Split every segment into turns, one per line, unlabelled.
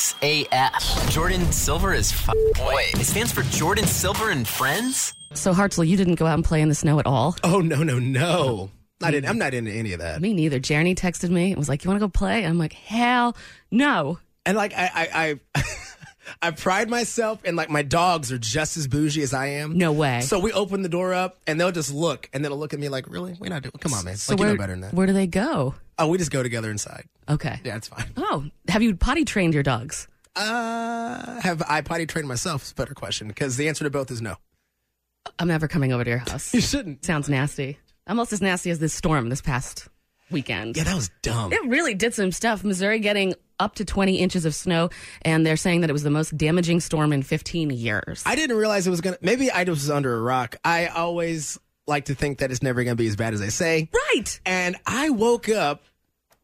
JSAF. Jordan Silver is f- Wait, it stands for Jordan Silver and Friends?
So Hartzell, you didn't go out and play in the snow at all.
Oh no no no! Not in, I'm not into any of that.
Me neither. Jeremy texted me and was like, "You want to go play?" And I'm like, "Hell no!"
And like I I I, I pride myself and like my dogs are just as bougie as I am.
No way.
So we open the door up and they'll just look and they'll look at me like, really? We're not doing. Come on, man.
So
like
where,
you know better than that.
Where do they go?
Oh, we just go together inside.
Okay.
Yeah, it's fine.
Oh, have you potty trained your dogs?
Uh, have I potty trained myself? Is a better question because the answer to both is no.
I'm never coming over to your house.
You shouldn't.
Sounds nasty. Almost as nasty as this storm this past weekend.
Yeah, that was dumb.
It really did some stuff. Missouri getting up to 20 inches of snow, and they're saying that it was the most damaging storm in 15 years.
I didn't realize it was gonna. Maybe I just was under a rock. I always like to think that it's never gonna be as bad as they say.
right.
And I woke up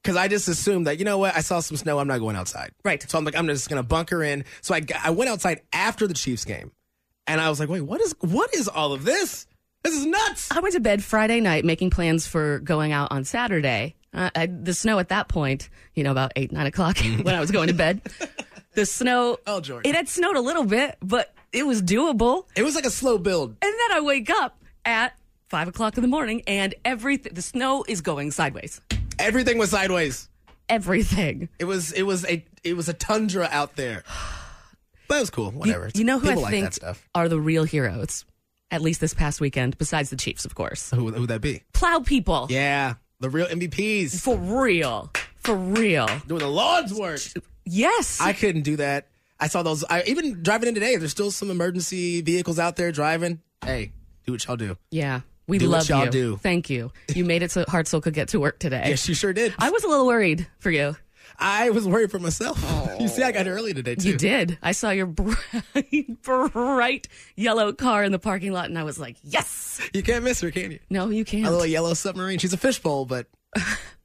because I just assumed that, you know what? I saw some snow. I'm not going outside.
Right.
So I'm like, I'm just going to bunker in. So I, g- I went outside after the Chiefs game and I was like, wait, what is, what is all of this? This is nuts.
I went to bed Friday night making plans for going out on Saturday. Uh, I, the snow at that point, you know, about eight, nine o'clock when I was going to bed. The snow.
Oh, Jordan.
It had snowed a little bit, but it was doable.
It was like a slow build.
And then I wake up at five o'clock in the morning, and everything, the snow is going sideways.
Everything was sideways.
Everything.
It was, it was a, it was a tundra out there. But it was cool. Whatever.
You know who
People
I
like
think
that stuff.
are the real heroes, at least this past weekend, besides the Chiefs, of course.
Who, who would that be?
Plow people.
Yeah. The real MVPs
For real. For real.
doing the Lord's work.
Yes.
I couldn't do that. I saw those. I even driving in today. There's still some emergency vehicles out there driving. Hey, do what y'all do.
yeah. We
Do what
love
y'all
you.
do.
Thank you. You made it so Hartzell could get to work today.
Yes, you sure did.
I
I,
was a little worried for you.
was worried for myself. You see, I got here early today too.
You did. I saw your bright, bright yellow car in the parking lot, and I was like, yes.
You can't miss her, can you?
No, you can't.
A little yellow submarine. She's a fishbowl, but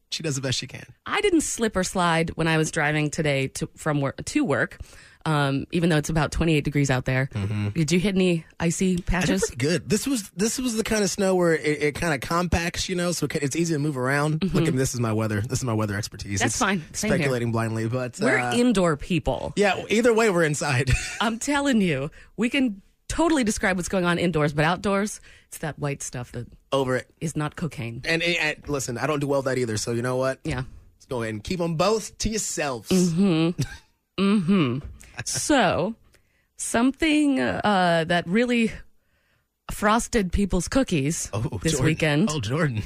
she does the best she can.
I didn't slip or slide when I was driving today to from work to work. Um, even though it's about 28 degrees out there, did you hit any icy
Mm-hmm. I did
patches?
pretty good. This was this was the kind of snow where it, it kind of compacts, you know, so it can- it's easy to move around. Look, and this is my weather. This is my weather expertise.
Mm-hmm. That's
It's
fine. Same here.
Speculating blindly, but
We're
uh,
indoor people.
yeah. Either way, we're inside.
I'm telling you, we can totally describe what's going on indoors, but outdoors, it's that white stuff that
Over it.
is not cocaine.
And, and, and listen, I don't do well with that either. So you know what?
Yeah.
Let's go ahead and keep them both to yourselves.
Mm-hmm. So, something uh, that really frosted people's cookies this
Jordan.
weekend
Oh, Jordan.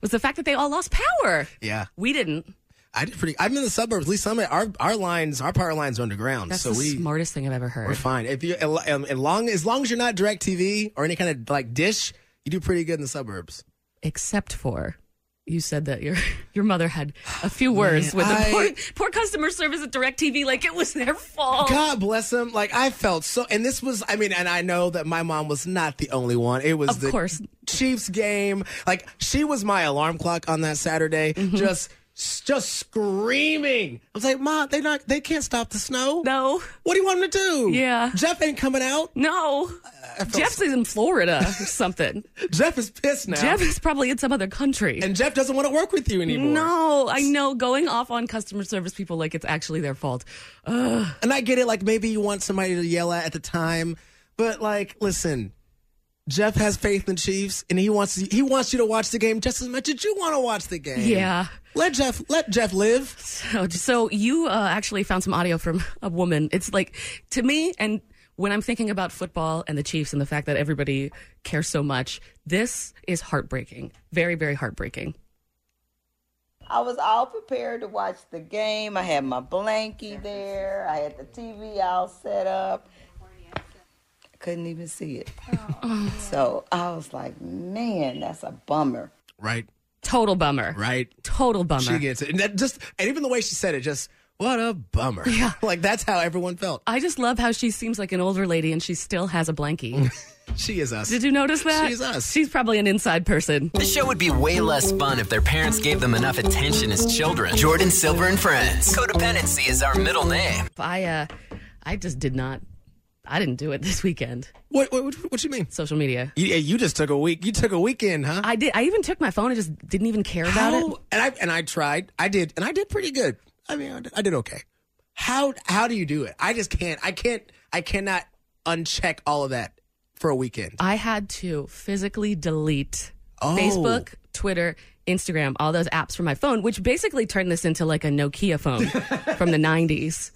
was the fact that they all lost power.
Yeah.
We didn't.
I did pretty. I'm in the suburbs. At least some of our our lines, our power lines, are underground.
That's
so
the
we
smartest thing I've ever heard.
we're fine. If you um, as long as long as you're not direct TV or any kind of like dish, you do pretty good in the suburbs.
except for you said that your your mother had a few words with the
I-
poor, poor customer service at DirecTV, like it was their fault.
God bless them. Like I felt so, and this was. I mean, and I know that my mom was not the only one. It was
Of
the
course.
Chiefs game. Like she was my alarm clock on that Saturday.
Mm-hmm.
Just. Just screaming! I was like, "Ma, they not, they can't stop the snow.
No,
What do you want him to do?
Yeah.
Jeff ain't coming out.
no. Jeff's in Florida or something.
Jeff is pissed now.
Jeff is probably in some other country.
and Jeff doesn't want to work with you anymore.
no, I know. Going off on customer service people like it's actually their fault.
And I get it, like maybe you want somebody to yell at at the time, but like, listen, Jeff has faith in Chiefs, and he wants he wants you to watch the game just as much as you want to watch the game.
Yeah.
Let Jeff let Jeff live.
So, so you uh, actually found some audio from a woman. It's like to me, and when I'm thinking about football and the Chiefs and the fact that everybody cares so much, this is heartbreaking. Very, very heartbreaking.
I was all prepared to watch the game. I had my blankie there. I had the TV all set up. I couldn't even see it. so I was like, man, that's a bummer.
Right,
Total bummer.
right.
Total bummer.
She gets it, and that just and even the way she said it, just what a bummer. Yeah, like that's how everyone felt.
I just love how she seems like an older lady and she still has a blankie.
She is us.
Did you notice that?
She's us.
She's probably an inside person.
The show would be way less fun if their parents gave them enough attention as children. Jordan Silver and Friends. Codependency is our middle name.
I uh I just did not I didn't do it this weekend.
what, what what what you mean?
Social media.
You, you just took a week. You took a weekend, huh?
I did I even took my phone and just didn't even care about it.
How- And I and I tried. I did, and I did pretty good. I mean, I did, I did okay. How how do you do it? I just can't. I can't. I cannot uncheck all of that for a weekend.
I had to physically delete
Oh.
Facebook, Twitter, Instagram, all those apps from my phone, which basically turned this into like a Nokia phone from the 90s.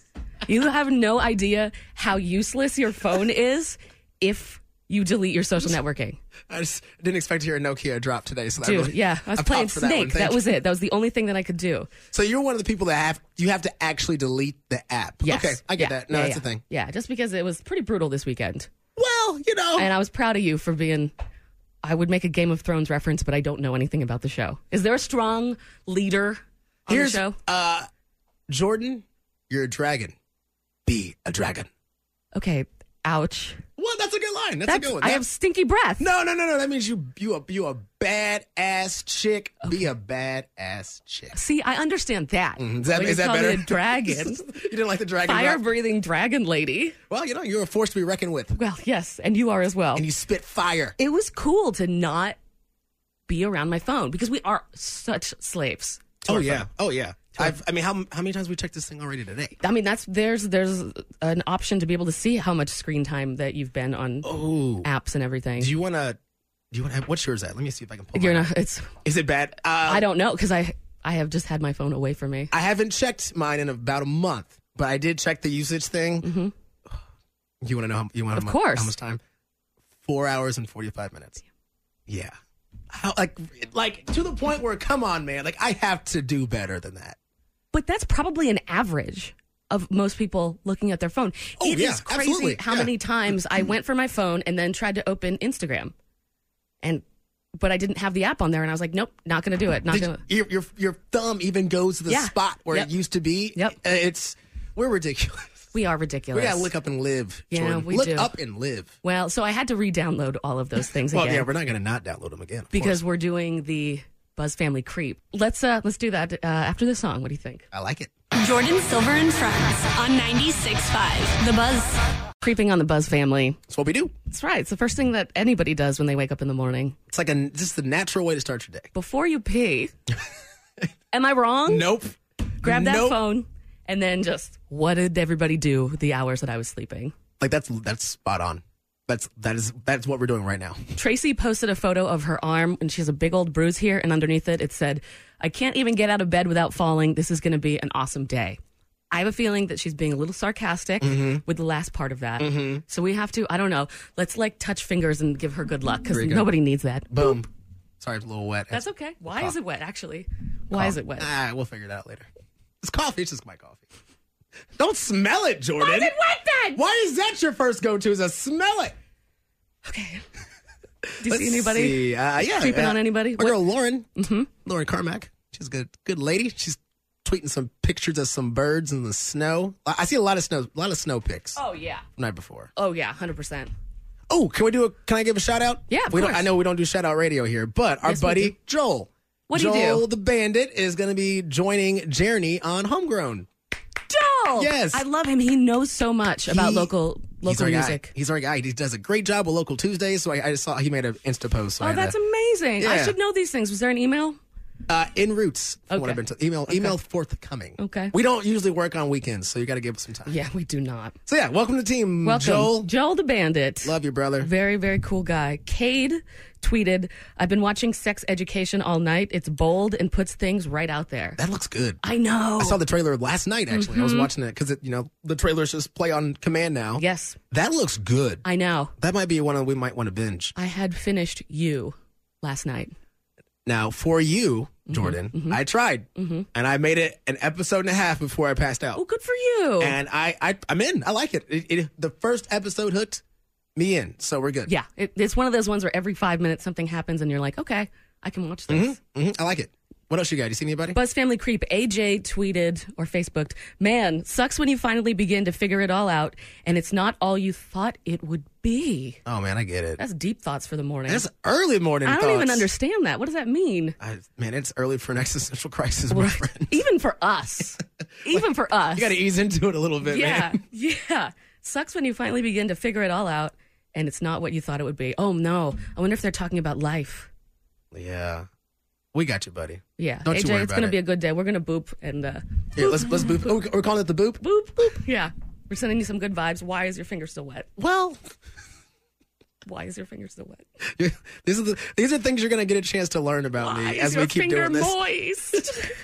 You have no idea how useless your phone is if you delete your social networking.
I just didn't expect to hear a Nokia drop today. So that
Dude,
really-
yeah, I was
popped
playing
for that one.
Snake. That,
Thank
was
you.
it. That was the only thing that I could do.
So you're one of the people that have you have to actually delete the app.
Yes.
Okay, I get
Yeah,
that. No,
yeah,
that's
yeah.
the thing.
Yeah, just because it was pretty brutal this weekend.
Well, you know,
And I was proud of you for being. I would make a Game of Thrones reference, but I don't know anything about the show. Is there a strong leader on
Here's-
the
uh,
show?
Jordan, you're a dragon. Be a dragon.
Okay. Ouch.
Well, that's a good line. That's, a
That's,
good one.
I
That-
have stinky breath.
no, no, no, no. That means you you a you a bad ass chick. Be a bad ass chick.
See, I understand that.
Mm-hmm. Is that,
When
is
you
that
call me
better?
a dragon,
you didn't like the dragon.
fire
drop?
breathing dragon lady.
Well, you know, you're a force to be reckoned with,
Well, yes, and you are as well.
and you spit fire.
it was cool to not be around my phone because we are such slaves.
Oh yeah, oh yeah. I've, I mean, how how many times we checked this thing already today?
I mean, that's there's there's an option to be able to see how much screen time that you've been on
Oh,
apps and everything.
do you want to? Do you want to? What's yours at? Let me see if I can pull.
You're
mine
not. It's.
up. Is it bad? Uh,
I don't know because I I have just had my phone away from me.
I haven't checked mine in about a month, but I did check the usage thing. You want to know? How, you want
Mm-hmm. Of
to
course.
how much time? Four hours and forty five minutes. Yeah, how, like like to the point where, come on, man, like I have to do better than that.
But that's probably an average of most people looking at their phone.
Oh,
It is
yeah,
crazy
absolutely,
how
yeah.
many times I went for my phone and then tried to open Instagram, and but I didn't have the app on there, and I was like, nope, not gonna do it. Not
Did-
gonna.
your, your your thumb even goes to the
Yeah.
spot where
Yep.
it used to be.
Yep.
Uh, It's we're ridiculous.
We are ridiculous.
We gotta look up and live.
Yeah,
Jordan.
we
look
do.
up and live.
well, so I had to re-download all of those things
Well,
again.
yeah, we're not gonna not download them again of
because
course.
we're doing the Buzz Family Creep. Let's uh let's do that uh, after the song. What do you think?
I like it.
Jordan Silver and Friends on 96.5 The Buzz.
Creeping on the Buzz Family.
That's what we do.
That's right. It's the first thing that anybody does when they wake up in the morning
It's like a just the natural way to start your day.
before you pee. am I wrong?
Nope.
Grab that
nope.
phone and then just what did everybody do the hours that I was sleeping?
Like that's that's spot on. That's that is that's what we're doing right now.
Tracy posted a photo of her arm and she has a big old bruise here and underneath it it said, "I can't even get out of bed without falling. This is going to be an awesome day." I have a feeling that she's being a little sarcastic
Mm-hmm.
with the last part of that. So we have to, I don't know, let's like touch fingers and give her good luck because nobody needs that.
Boom. Sorry, it's a little wet.
That's okay. Why is it wet actually? Why is it wet?
Ah, we'll figure it out later. It's coffee. It's just my coffee. Don't smell it, Jordan.
it wet then?
Why is that your first go-to? Is a smell it?
Okay. Do you
Let's
see anybody?
see. Uh, yeah,
creeping
uh,
on anybody?
My
What-
girl Lauren, mm-hmm. Lauren Carmack. She's a good, good lady. She's tweeting some pictures of some birds in the snow. I I see a lot of snow, a lot of snow pics
Oh, yeah.
from night before.
Oh, yeah, 100%.
Oh, can we do a? Can I give a shout out?
Yeah, of
we don't.
course.
I know we don't do shout out radio here, but our
Yes, we do.
buddy Joel,
What do you
Joel
do?
the Bandit, is going to be joining Journey on Homegrown.
Joel!
Yes.
I love him. He knows so much about
He-
local
He's
local
our guy.
music.
He's our guy. He does a great job with Local Tuesdays. So I, I just saw he made an Insta post. So I
Oh,
had
that's
to-
amazing. I
Yeah.
should know these things. Was there an email?
Uh, in roots. from
Okay.
What I've been to, email email forthcoming.
Okay.
We don't usually work on weekends, so you got to give us some time.
Yeah, we do not.
So yeah, welcome to the team,
Welcome.
Joel.
Joel the Bandit.
Love you, brother.
Very, very cool guy. Cade tweeted, I've been watching Sex Education all night. It's bold and puts things right out there.
That looks good.
I know.
I saw the trailer last night. Actually, I was
Mm-hmm.
watching it because you know the trailers just play on command now.
yes,
That looks good.
I know.
that might be one that we might want to binge.
I had finished you last night.
Now for you,
Mm-hmm,
Jordan, I tried and I made it an episode and a half before I passed out.
Oh, good for you.
And I, I I'm in. I like it. It, it. The first episode hooked me in, so we're good.
yeah, it, it's one of those ones where every five minutes something happens and you're like, okay, I can watch this.
hmm I like it. What else you got? You see anybody?
Buzz Family Creep AJ tweeted or Facebooked, man, sucks when you finally begin to figure it all out and it's not all you thought it would be.
oh man, I get it.
That's deep thoughts for the morning.
That's early morning.
I don't even
thoughts.
understand that. What does that mean?
I, man, it's early for an existential crisis, my friend.
Even for us. Even for us.
You got to ease into it a little bit,
yeah.
man.
Yeah. Sucks when you finally begin to figure it all out and it's not what you thought it would be. Oh no. I wonder if they're talking about life.
Yeah. We got you, buddy.
Yeah.
Don't
AJ,
you worry
it's
about
gonna
it.
be a good day. We're gonna boop and uh
Yeah, let's let's boop. Oh, we're calling it the boop.
boop boop. Yeah. We're sending you some good vibes. Why is your finger still wet?
Well,
Why is your finger still wet?
you- these are the these are things you're gonna get a chance to learn about
Why
me
is
as
your
we keep
finger
doing this.
moist?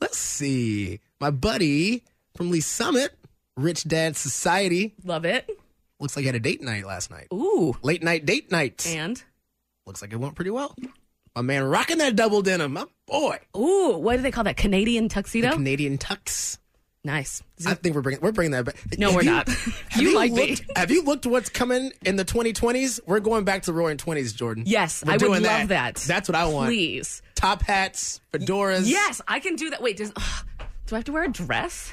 Let's see. My buddy from Lee Summit, Rich Dad Society,
Love it.
looks like he had a date night last night.
Ooh.
Late night date night.
And
Looks like it went pretty well. My man rocking that double denim. My boy.
ooh, what do they call that? Canadian tuxedo.
Canadian tux.
nice.
I think we're bringing we're bringing that back.
No,
Have
we're not.
have
You like me.
looked, Have you looked what's coming in the 2020s? We're going back to roaring 20s, Jordan.
Yes,
We're
I would
doing
love that.
That's what I want.
Please.
Top hats, fedoras.
Yes, I can do that. Wait, does do I have to wear a dress?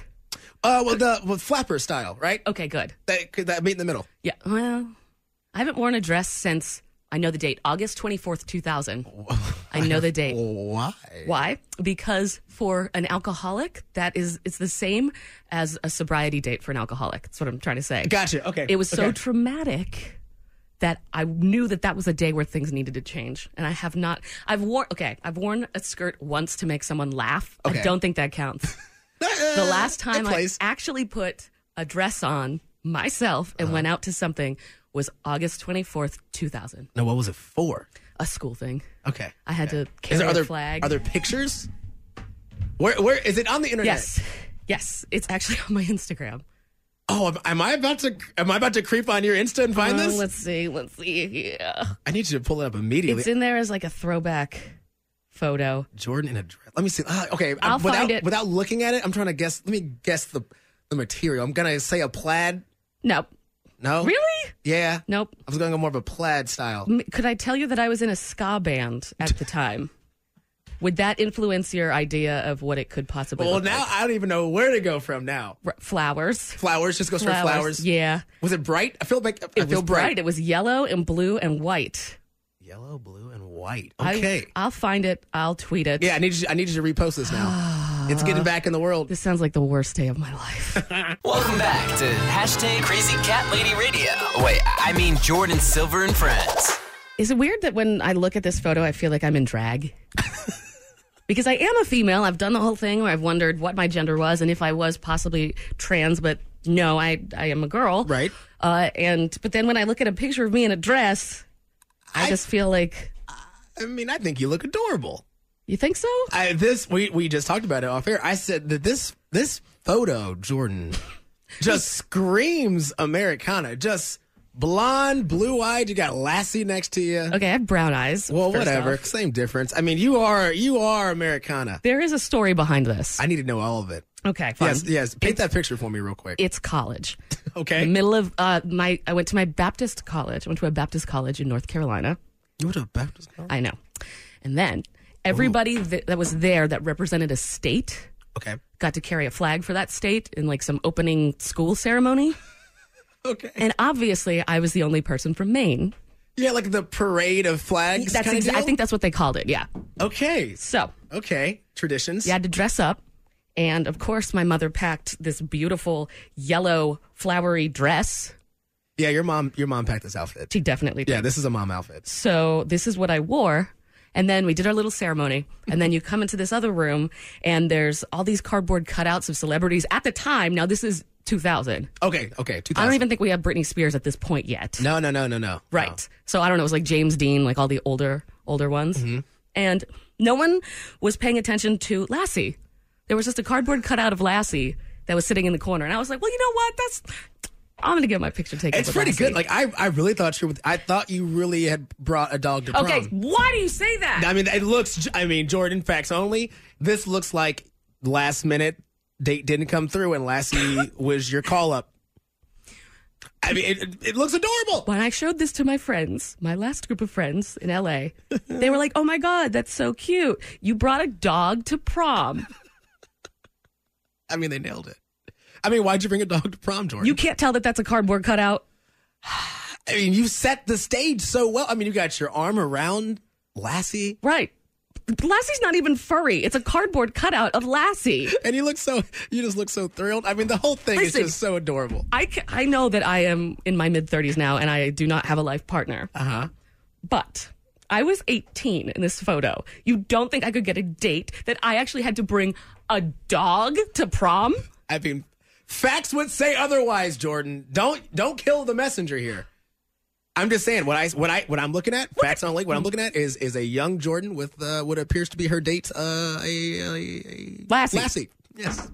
Uh, well, the with flapper style, right?
Okay, good.
That could that meet in the middle.
Yeah. Well, I haven't worn a dress since I know the date, August twenty fourth, two thousand. I know the date.
Why?
Why? Because for an alcoholic, that is it's the same as a sobriety date for an alcoholic. That's what I'm trying to say.
Gotcha. Okay.
It was so
Okay.
traumatic that I knew that that was a day where things needed to change, and I have not. I've worn okay. I've worn a skirt once to make someone laugh.
Okay.
I don't think that counts.
Uh,
the last time I
plays.
actually put a dress on myself
Uh-huh.
and went out to something was August 24th, 2000.
No, what was it for?
A school thing.
Okay.
I had
Okay.
to carry
is there
a
other,
flag.
Are there pictures? Where where is it on the internet?
Yes. Yes, it's actually on my Instagram.
Oh, am, am I about to am I about to creep on your Insta and find
Oh,
this?
let's see. Let's see. Yeah.
I need you to pull it up immediately.
It's in there as like a throwback photo.
Jordan in a dress. Let me see. Ah, okay, I'm-
I'll
without
find it.
without looking at it, I'm trying to guess. Let me guess the the material. I'm gonna say a plaid.
Nope.
No,
Really?
Yeah.
Nope.
I was gonna go more of a plaid style.
M- Could I tell you that I was in a ska band at the time? Would that influence your idea of what it could possibly
Well,
look
now
like?
I don't even know where to go from now.
R- flowers.
Flowers, just go straight flowers.
Yeah.
Was it bright? I feel like I
It
feel
was bright. It was yellow and blue and white.
Yellow, blue, and white.
I-
Okay.
I'll find it. I'll tweet it.
yeah, I need you. I need you to repost this now. it's getting back in the world.
This sounds like the worst day of my life.
Welcome back to hashtag Crazy Cat Lady Radio. Wait, I mean Jordan Silver and Friends.
Is it weird that when I look at this photo, I feel like I'm in drag? because I am a female. I've done the whole thing where I've wondered what my gender was and if I was possibly trans, but no, I, I am a girl.
Right.
Uh, and But then when I look at a picture of me in a dress, I,
I-
just feel like,
I mean, I think you look adorable.
you think so?
I, this we we just talked about it off air. I said that this this photo, Jordan, just screams Americana. Just blonde, blue eyed. You got Lassie next to you.
Okay, I have brown eyes.
well,
Uh, first
whatever.
off.
Same difference. I mean, you are you are Americana.
There is a story behind this.
I need to know all of it.
okay, fine.
Yes, yes. Paint that picture for me real quick.
it's college.
okay.
The middle of uh, my, I went to my Baptist college. I went to a Baptist college in North Carolina.
you went to a Baptist college?
I know. And then everybody th- that was there that represented a state
Okay.
got to carry a flag for that state in like some opening school ceremony.
Okay.
And obviously, I was the only person from Maine.
yeah, like the parade of flags.
That's
kinda
exa- I
deal?
think that's what they called it. Yeah.
Okay.
So
Okay. Traditions.
you had to dress up. And of course, my mother packed this beautiful yellow flowery dress.
Yeah. Your mom. Your mom packed this outfit.
She definitely did.
Yeah. This is a mom outfit.
So this is what I wore. And then we did our little ceremony. And then you come into this other room, and there's all these cardboard cutouts of celebrities at the time. Now, this is 2000.
Okay. Okay. 2000.
I don't even think we have Britney Spears at this point yet.
No, no, no, no, no.
Right. So I don't know. It was like James Dean, like all the older, older ones.
Mm-hmm.
And no one was paying attention to Lassie. There was just a cardboard cutout of Lassie that was sitting in the corner. And I was like, well, you know what? That's. I'm going to get my picture taken.
It's
with
pretty
Lassie.
good. Like I, I really thought you. were- I thought you really had brought a dog to prom.
okay, why do you say that?
I mean, it looks. I mean, Jordan facts only. This looks like last minute date didn't come through, and Lassie was your call up. I mean, it, it- it looks adorable.
when I showed this to my friends, my last group of friends in LA, they were like, "Oh my god, that's so cute! You brought a dog to prom.
I mean, they nailed it. I mean, why'd you bring a dog to prom, Jordan?
You can't tell that that's a cardboard cutout."
I mean, you set the stage so well. I mean, you got your arm around Lassie,
Right? Lassie's not even furry. It's a cardboard cutout of Lassie.
and you look so. You just look so thrilled. I mean, the whole thing
Listen.
is just so adorable.
I ca- I know that I am in my mid thirties now, and I do not have a life partner. Uh huh. But I was 18 in this photo. You don't think I could get a date that I actually had to bring a dog to prom?
I mean, facts would say otherwise, Jordan. Don't don't kill the messenger here. I'm just saying what I what I what I'm looking at. Facts on link. What I'm looking at is is a young Jordan with uh, what appears to be her date, uh, a, a, a
Lassie.
Lassie. Yes.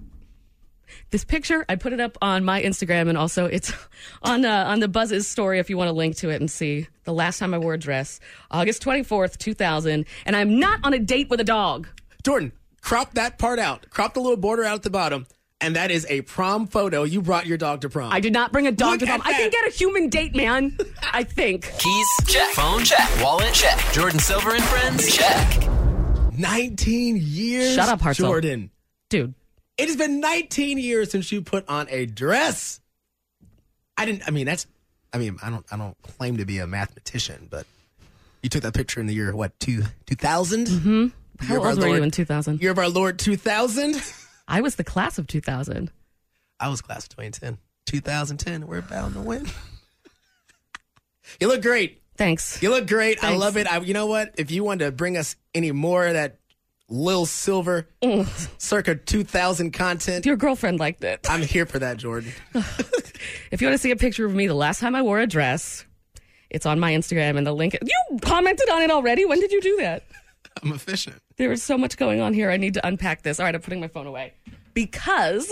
This picture, I put it up on my Instagram and also it's on uh, on the Buzz's story if you want to link to it and see the last time I wore a dress, August 24th, 2000, and I'm not on a date with a dog.
Jordan, crop that part out. Crop the little border out at the bottom, and that is a prom photo. You brought your dog to prom.
I did not bring a dog
Look
to prom.
at
I can
that.
get a human date, man. I think.
Keys? Check. Phone? Check. Wallet? Check. Jordan Silver and Friends? Check.
19 years.
Shut up, Hartzell.
Jordan.
Dude,
It has been 19 years since you put on a dress. I didn't. I mean, that's. I mean, I don't. I don't claim to be a mathematician, but you took that picture in the year what two two Mm-hmm.
how old were you in 2000?
Year of our Lord two thousand.
I was the class of 2000.
I was class of 2010. 2010. We're bound to win. you look great.
Thanks.
You look great. I
Thanks.
love it. I, you know what? If you wanted to bring us any more of that Lil Silver
Mm.
circa 2000 content,
Your girlfriend liked it.
I'm here for that, Jordan.
If you want to see a picture of me the last time I wore a dress, it's on my Instagram and the link. You commented on it already. When did you do that?
I'm efficient.
There is so much going on here. I need to unpack this. All right, I'm putting my phone away because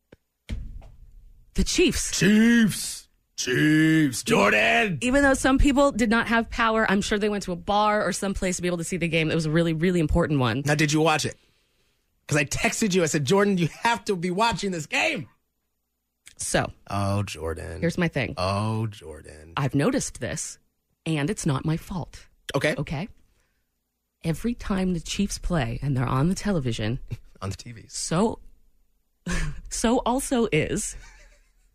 the Chiefs.
Chiefs. Chiefs. Jordan.
Even though some people did not have power, I'm sure they went to a bar or someplace to be able to see the game. It was a really, really important one.
Now, did you watch it? Because I texted you. I said, Jordan, you have to be watching this game.
So
Oh, Jordan.
here's my thing.
oh, Jordan.
I've noticed this, and it's not my fault.
Okay.
Okay. Every time the Chiefs play and they're on the television,
On the TVs.
so so also is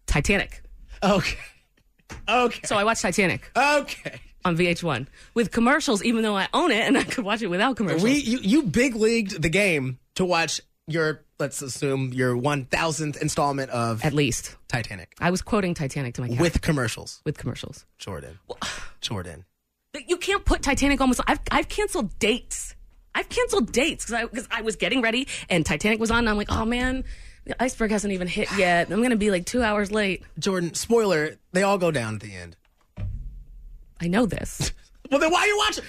Titanic.
Okay. Okay.
So I watched Titanic
Okay.
on VH1 with commercials, even though I own it and I could watch it without commercials.
We you, you big leagued the game to watch your let's assume your one thousandth installment of
At least
Titanic
I was quoting Titanic to my cat
with commercials.
with commercials.
Jordan, Jordan,
But You can't put Titanic almost. I've I've canceled dates. I've canceled dates because I because I was getting ready and Titanic was on. and I'm like, oh man, the iceberg hasn't even hit yet. I'm gonna be like two hours late.
Jordan. Spoiler: they all go down at the end.
I know this.
Well, then why are you watching?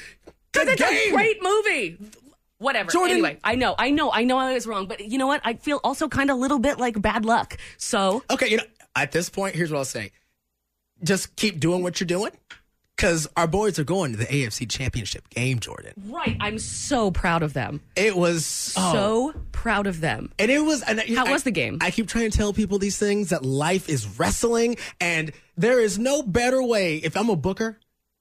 Good
That's a
game.
great movie. Whatever.
Jordan-
Anyway, I know, I know, I know I was wrong, but you know what? I feel also kind of a little bit like bad luck. So
okay, you know. At this point, here's what I'll say: just keep doing what you're doing, because our boys are going to the AFC Championship game, Jordan.
right, I'm so proud of them.
It was oh,
So proud of them.
And it was. And
How
I-
was the game?
I keep trying to tell people these things that life is wrestling, and there is no better way. If I'm a booker,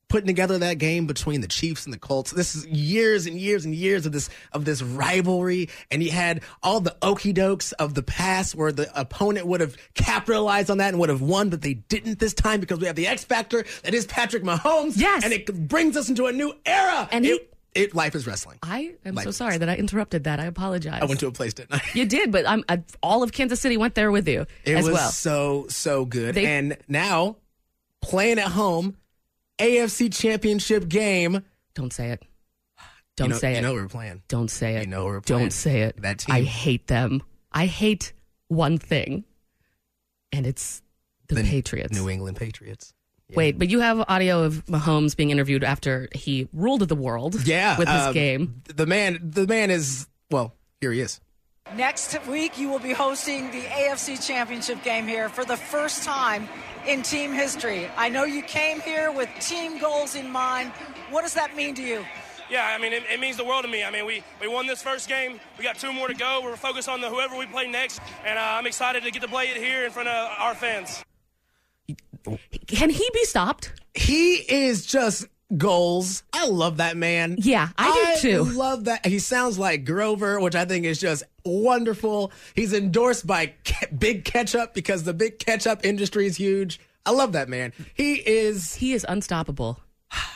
putting together that game between the Chiefs and the Colts, this is years and years and years of this of this rivalry, and you had all the okey dokes of the past where the opponent would have capitalized on that and would have won, but they didn't this time because we have the X factor that is Patrick Mahomes.
Yes.
and it brings us into a new era.
And he-
it, it life is wrestling.
I am
Like-
so
Oh,
sorry that I interrupted that. I apologize.
I went to a place, didn't I?
you did, but I'm I, all of Kansas City went there with you
It
as
was
well.
so so good.
They-
and now playing at home, AFC Championship game.
Don't say it. Don't
you know,
say
you
it.
know we're playing.
Don't say it.
You know we're playing
Don't say it.
that
I
team.
hate them. I hate one thing, and it's the, Patriots.
New England Patriots.
Wait, but you have audio of Mahomes being interviewed after he ruled the world.
Yeah,
with his
um,
game.
The man. The man is well. Here he is.
Next week, you will be hosting the AFC Championship game here for the first time in team history. I know you came here with team goals in mind. What does that mean to you?
Yeah, I mean, it, it means the world to me. I mean, we, we won this first game. We got two more to go. We're focused on the, whoever we play next, and uh, I'm excited to get to play it here in front of our fans.
Can he be stopped?
He is just goals. I love that man.
Yeah, I do too.
Love that. He sounds like Grover, which I think is just wonderful. He's endorsed by Ke- Big Ketchup because the Big Ketchup industry is huge. I love that man. He is
He is unstoppable.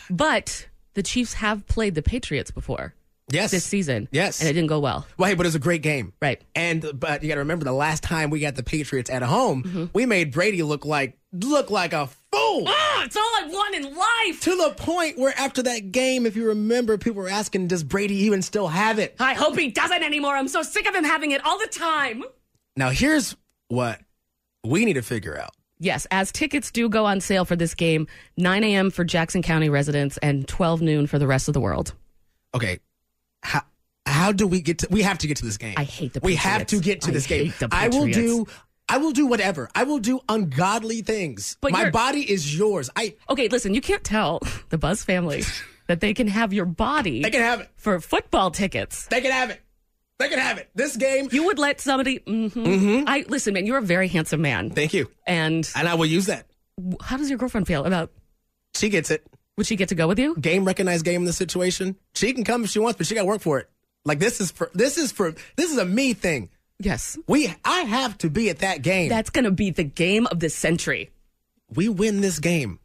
But the Chiefs have played the Patriots before
yes
this season.
Yes.
and it didn't go well.
Well, hey, but it was a great game,
Right.
And
Mm-hmm.
but you got to remember the last time we got the Patriots at home, we made Brady look like look like a fool.
Ah, it's all I want in life.
to the point where after that game, if you remember, people were asking, does Brady even still have it?
I hope he doesn't anymore. I'm so sick of him having it all the time.
Now, here's what we need to figure out.
Yes, as tickets do go on sale for this game, 9 a.m. for Jackson County residents and 12 noon for the rest of the world.
Okay, how how do we get to? We have to get to this game.
I hate the
We have
Patriots.
to get to
I
this game.
hate the
I will do.
Patriots.
I will do whatever. I will do ungodly things.
But
My
you're-
body is yours. I
Okay, listen, you can't tell the Buzz family that they can have your body
they can have it.
for football tickets.
They can have it. They can have it. This game.
You would let somebody. hmm
Mm-hmm.
I listen, man. You're a very handsome man,
Thank you.
and
And I will use that.
how does your girlfriend feel about?
She gets it.
Would she get to go with you?
Game recognized game in this situation. She can come if she wants, but she got to work for it. Like this is for this is for this is a me thing.
Yes.
We I have to be at that game.
That's going to be the game of the century.
we win this game,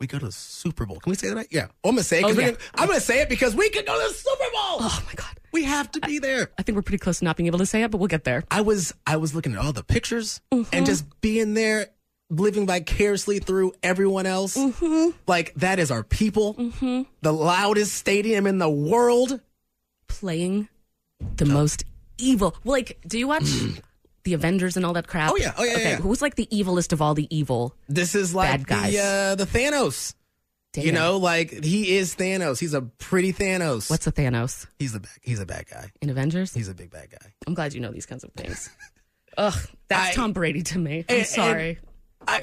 we go to the Super Bowl. Can we say that? right? Yeah, I'm gonna say it. 'cause
Mm-hmm. Oh,
we
yeah.
can- I'm gonna say it because we could go to the Super Bowl.
Oh my God.
We have to be there.
I think we're pretty close to not being able to say it, but we'll get there.
I was I was looking at all the pictures
Mm-hmm.
and just being there, living vicariously through everyone else.
Mm-hmm.
Like that is our people, the loudest stadium in the world.
Playing
Oh.
the most evil. Well, like, do you watch the Avengers and all that crap?
Mm. Oh, yeah. Oh, yeah, yeah,
Okay.
yeah.
Who's like the evilest of all the evil?
This is like
Bad guys.
the uh, the Thanos.
Damn.
You know, like he is Thanos. He's a pretty Thanos.
What's a Thanos
he's the bad, he's a bad guy.
in Avengers?
He's a big bad guy.
I'm glad you know these kinds of things. Ugh, that's
I-
Tom Brady to me. I'm
and-
sorry.
I,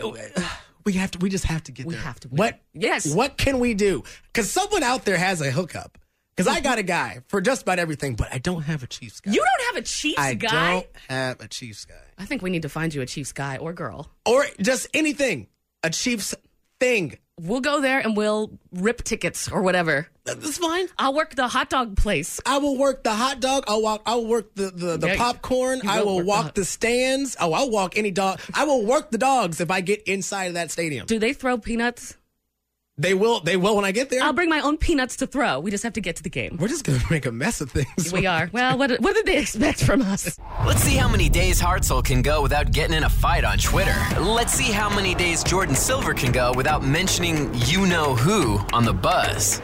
we have to. We just have to get.
We
there.
have to win.
What?
Yes.
What can we do? Because someone out there has a hookup. Because I got a guy for just about everything, but I don't have a Chiefs guy.
Mm-hmm. you don't have a Chiefs
I
guy?
don't have a Chiefs guy,
I think we need to find you a Chiefs guy or girl.
or just anything. A Chiefs thing.
We'll go there and we'll rip tickets or whatever.
That- That's fine.
I'll work the hot dog place.
I will work the hot dog. I'll walk. I'll work the the, the
Yeah,
popcorn.
you
I
will
will
work the
walk
hot-
the, stands. Oh, I'll walk any dog. I will work the dogs if I get inside of that stadium.
Do they throw peanuts?
They will. They will when I get there.
I'll bring my own peanuts to throw. We just have to get to the game.
We're just gonna make a mess of things.
We are. Well, what, what did they expect from us?
Let's see how many days Hartzell can go without getting in a fight on Twitter. Let's see how many days Jordan Silver can go without mentioning you know who on the buzz.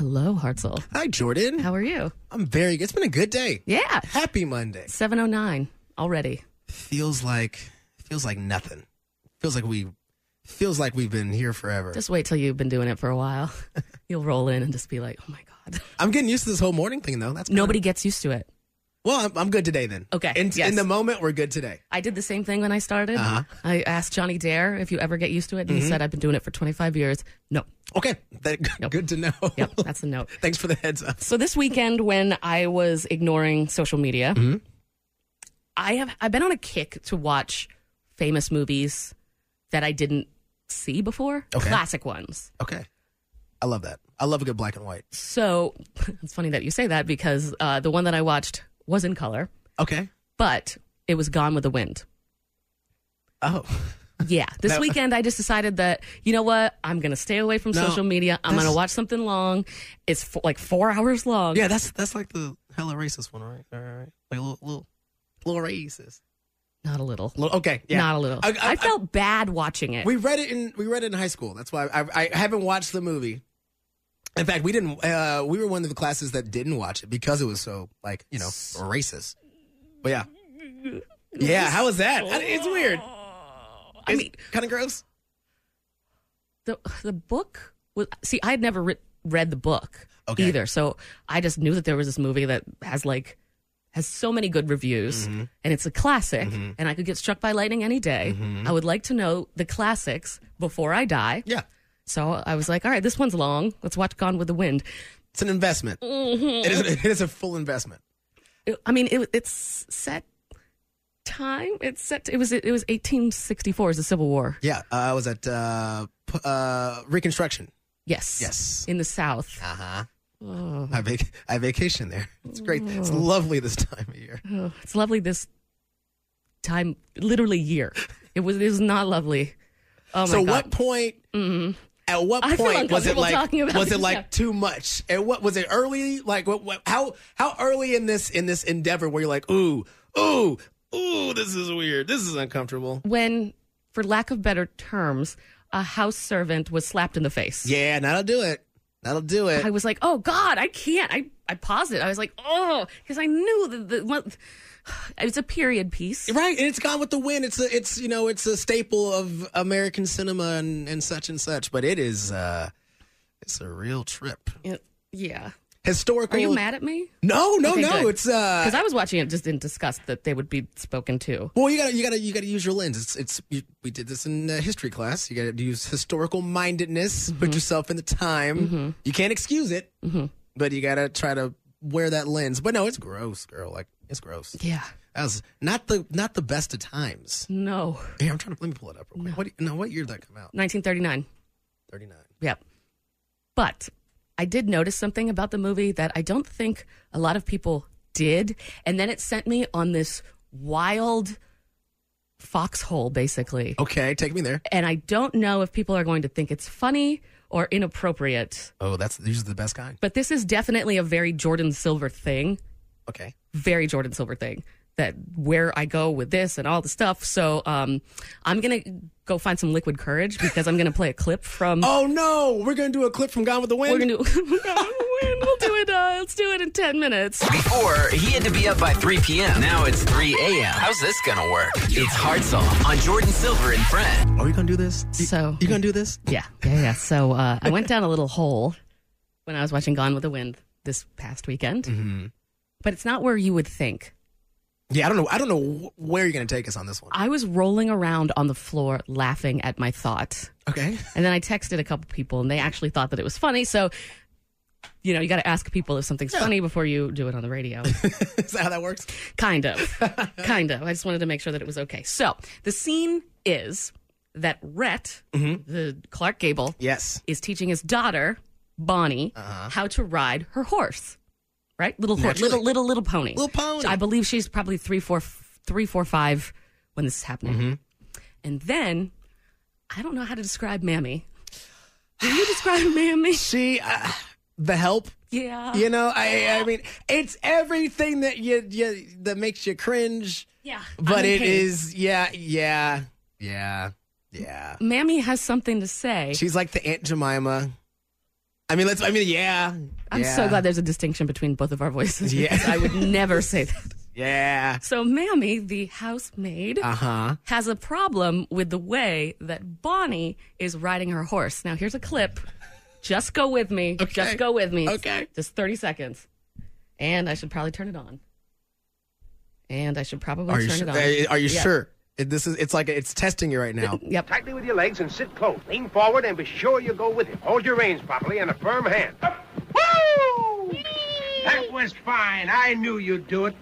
Hello, Hartzell.
Hi, Jordan.
How are you?
I'm very good. It's been a good day.
Yeah.
Happy Monday.
709 already.
Feels like feels like nothing. Feels like we feels like we've been here forever.
Just wait till you've been doing it for a while. You'll roll in and just be like, oh my God.
I'm getting used to this whole morning thing though. That's kinda-
Nobody gets used to it.
Well, I'm, I'm good today then.
Okay,
In,
yes.
in the moment, we're good today.
I did the same thing when I started.
Uh-huh.
I asked Johnny Dare if you ever get used to it. And he said, I've been doing it for 25 years. No.
Okay, that, good to know.
Yep. That's a no.
Thanks for the heads up.
So this weekend, when I was ignoring social media,
Mm-hmm.
I have I've been on a kick to watch famous movies that I didn't see before,
Okay.
classic ones.
Okay, I love that. I love a good black and white.
So it's funny that you say that because uh, the one that I watched was in color,
Okay.
but it was Gone with the Wind.
Oh,
Yeah, this
No.
weekend I just decided that you know what I'm gonna stay away from
No,
social media. I'm
that's-
gonna watch something long. It's fo- like four hours long.
yeah. That's that's like the hella racist one, right? All right, like a little little little racist.
not a little,
Little- Okay, yeah.
not a little.
I-
I,
I-
felt bad watching it.
We read it in we read it in high school. That's why I, I haven't watched the movie. In fact, we didn't. Uh, we were one of the classes that didn't watch it because it was so like you know racist. But yeah, yeah. How was that? I- It's weird.
I mean,
kind of gross.
the the book was see I had never re- read the book
Okay.
either, so I just knew that there was this movie that has like has so many good reviews
Mm-hmm.
and it's a classic and I could get struck by lightning any day.
Mm-hmm.
I would like to know the classics before I die.
Yeah,
So I was like, all right, this one's long. Let's watch Gone with the Wind.
it's an investment.
Mm-hmm.
It is, it is a full investment.
It- I mean, it, it's set time. It's set. It was it was 1864 is the Civil War.
Yeah, uh, I was at uh, p- uh, Reconstruction.
Yes.
Yes.
In the South.
Uh huh. I vac- I vacation there. It's great. It's
Oh.
lovely this time of year.
It's lovely this time, literally year. It was it was not lovely. Oh my
so
god! Mm-hmm.
what point at what
I feel
point was it
uncomfortable
like
talking about
was it
this
like
now.
too much and what was it early like what, what how how early in this in this endeavor where you're like ooh ooh ooh this is weird this is uncomfortable
when, for lack of better terms, a house servant was slapped in the face.
Yeah, that'll do it. That'll do it.
I was like, oh God, I can't. I, I paused it. I was like, oh, because I knew that the one, it's a period piece.
Right, and it's gone with the wind. It's a, it's you know, it's a staple of American cinema and, and such and such. But it is, uh it's a real trip.
It- Yeah.
Historical.
Are you mad at me?
No, no,
Okay,
no.
good.
It's uh,
Because I was watching it just in disgust that they would be spoken to.
well, you gotta, you gotta, you gotta use your lens. It's, it's. You, we did this in uh, history class. You gotta use historical mindedness.
Mm-hmm.
Put yourself in the time. You can't excuse it, but you gotta try to wear that lens. But no, it's gross, girl. Like it's gross.
Yeah.
That was not the not the best of times.
No.
Yeah, I'm trying to let me pull it up. Real quick. What do you, no, what year did that come out?
1939.
Thirty nine.
Yep. But I did notice something about the movie that I don't think a lot of people did. And then it sent me on this wild foxhole, basically.
Okay, take me there.
And I don't know if people are going to think it's funny or inappropriate,
Oh, that's these are the best kind.
but this is definitely a very Jordan Silver thing.
Okay.
very Jordan Silver thing that where I go with this and all the stuff. So um, I'm gonna go find some liquid courage because I'm gonna play a clip from.
Oh no, we're gonna do a clip from Gone with the Wind.
We're gonna do. we'll do it. Uh, let's do it in ten minutes.
Before, he had to be up by 3 p.m. Now it's 3 a.m. How's this gonna work? It's Hartzell on Jordan Silver and Friend.
Are you gonna do this? You-
So-
you gonna do this?
Yeah, yeah, yeah. So uh, I went down a little hole when I was watching Gone with the Wind this past weekend, but it's not where you would think.
Yeah, I don't know. I don't know wh- where you're gonna take us on this one.
I was rolling around on the floor laughing at my thought.
Okay.
And then I texted a couple people, and they actually thought that it was funny. So, you know, you got to ask people if something's funny before you do it on the radio.
Is that how that works?
kind of. kind of. I just wanted to make sure that it was okay. So, the scene is that Rhett,
Mm-hmm.
the Clark Gable,
Yes.
is teaching his daughter, Bonnie, how to ride her horse. Right? Little horse.
Uh-huh. Naturally.
Little, little, little pony.
Little pony.
I believe she's probably three, four, f- three, four, five when this is happening.
Mm-hmm.
And then, I don't know how to describe Mammy. Can you describe Mammy?
She, uh, the help.
Yeah.
You know, I, I mean, it's everything that you, you that makes you cringe.
Yeah.
But
I'm in
it
pain.
is, yeah, yeah, yeah, yeah.
Mammy has something to say.
She's like the Aunt Jemima. I mean, let's. I mean, yeah.
I'm so glad there's a distinction between both of our voices.
Yeah.
because I would never say that.
Yeah.
So, Mammy, the housemaid,
Uh huh.
has a problem with the way that Bonnie is riding her horse. Now, here's a clip. Just go with me.
Okay.
Just go with me.
Okay.
Just 30 seconds. And I should probably turn it on. And I should probably
Are
turn
you
it
sure?
on.
Uh, Are you
Yeah.
sure? It- This is. It's like it's testing you right now.
Yep.
tightly with your legs and sit close. Lean forward and be sure you go with him. Hold your reins properly and a firm hand. Up. Woo! That was fine. I knew you'd do it.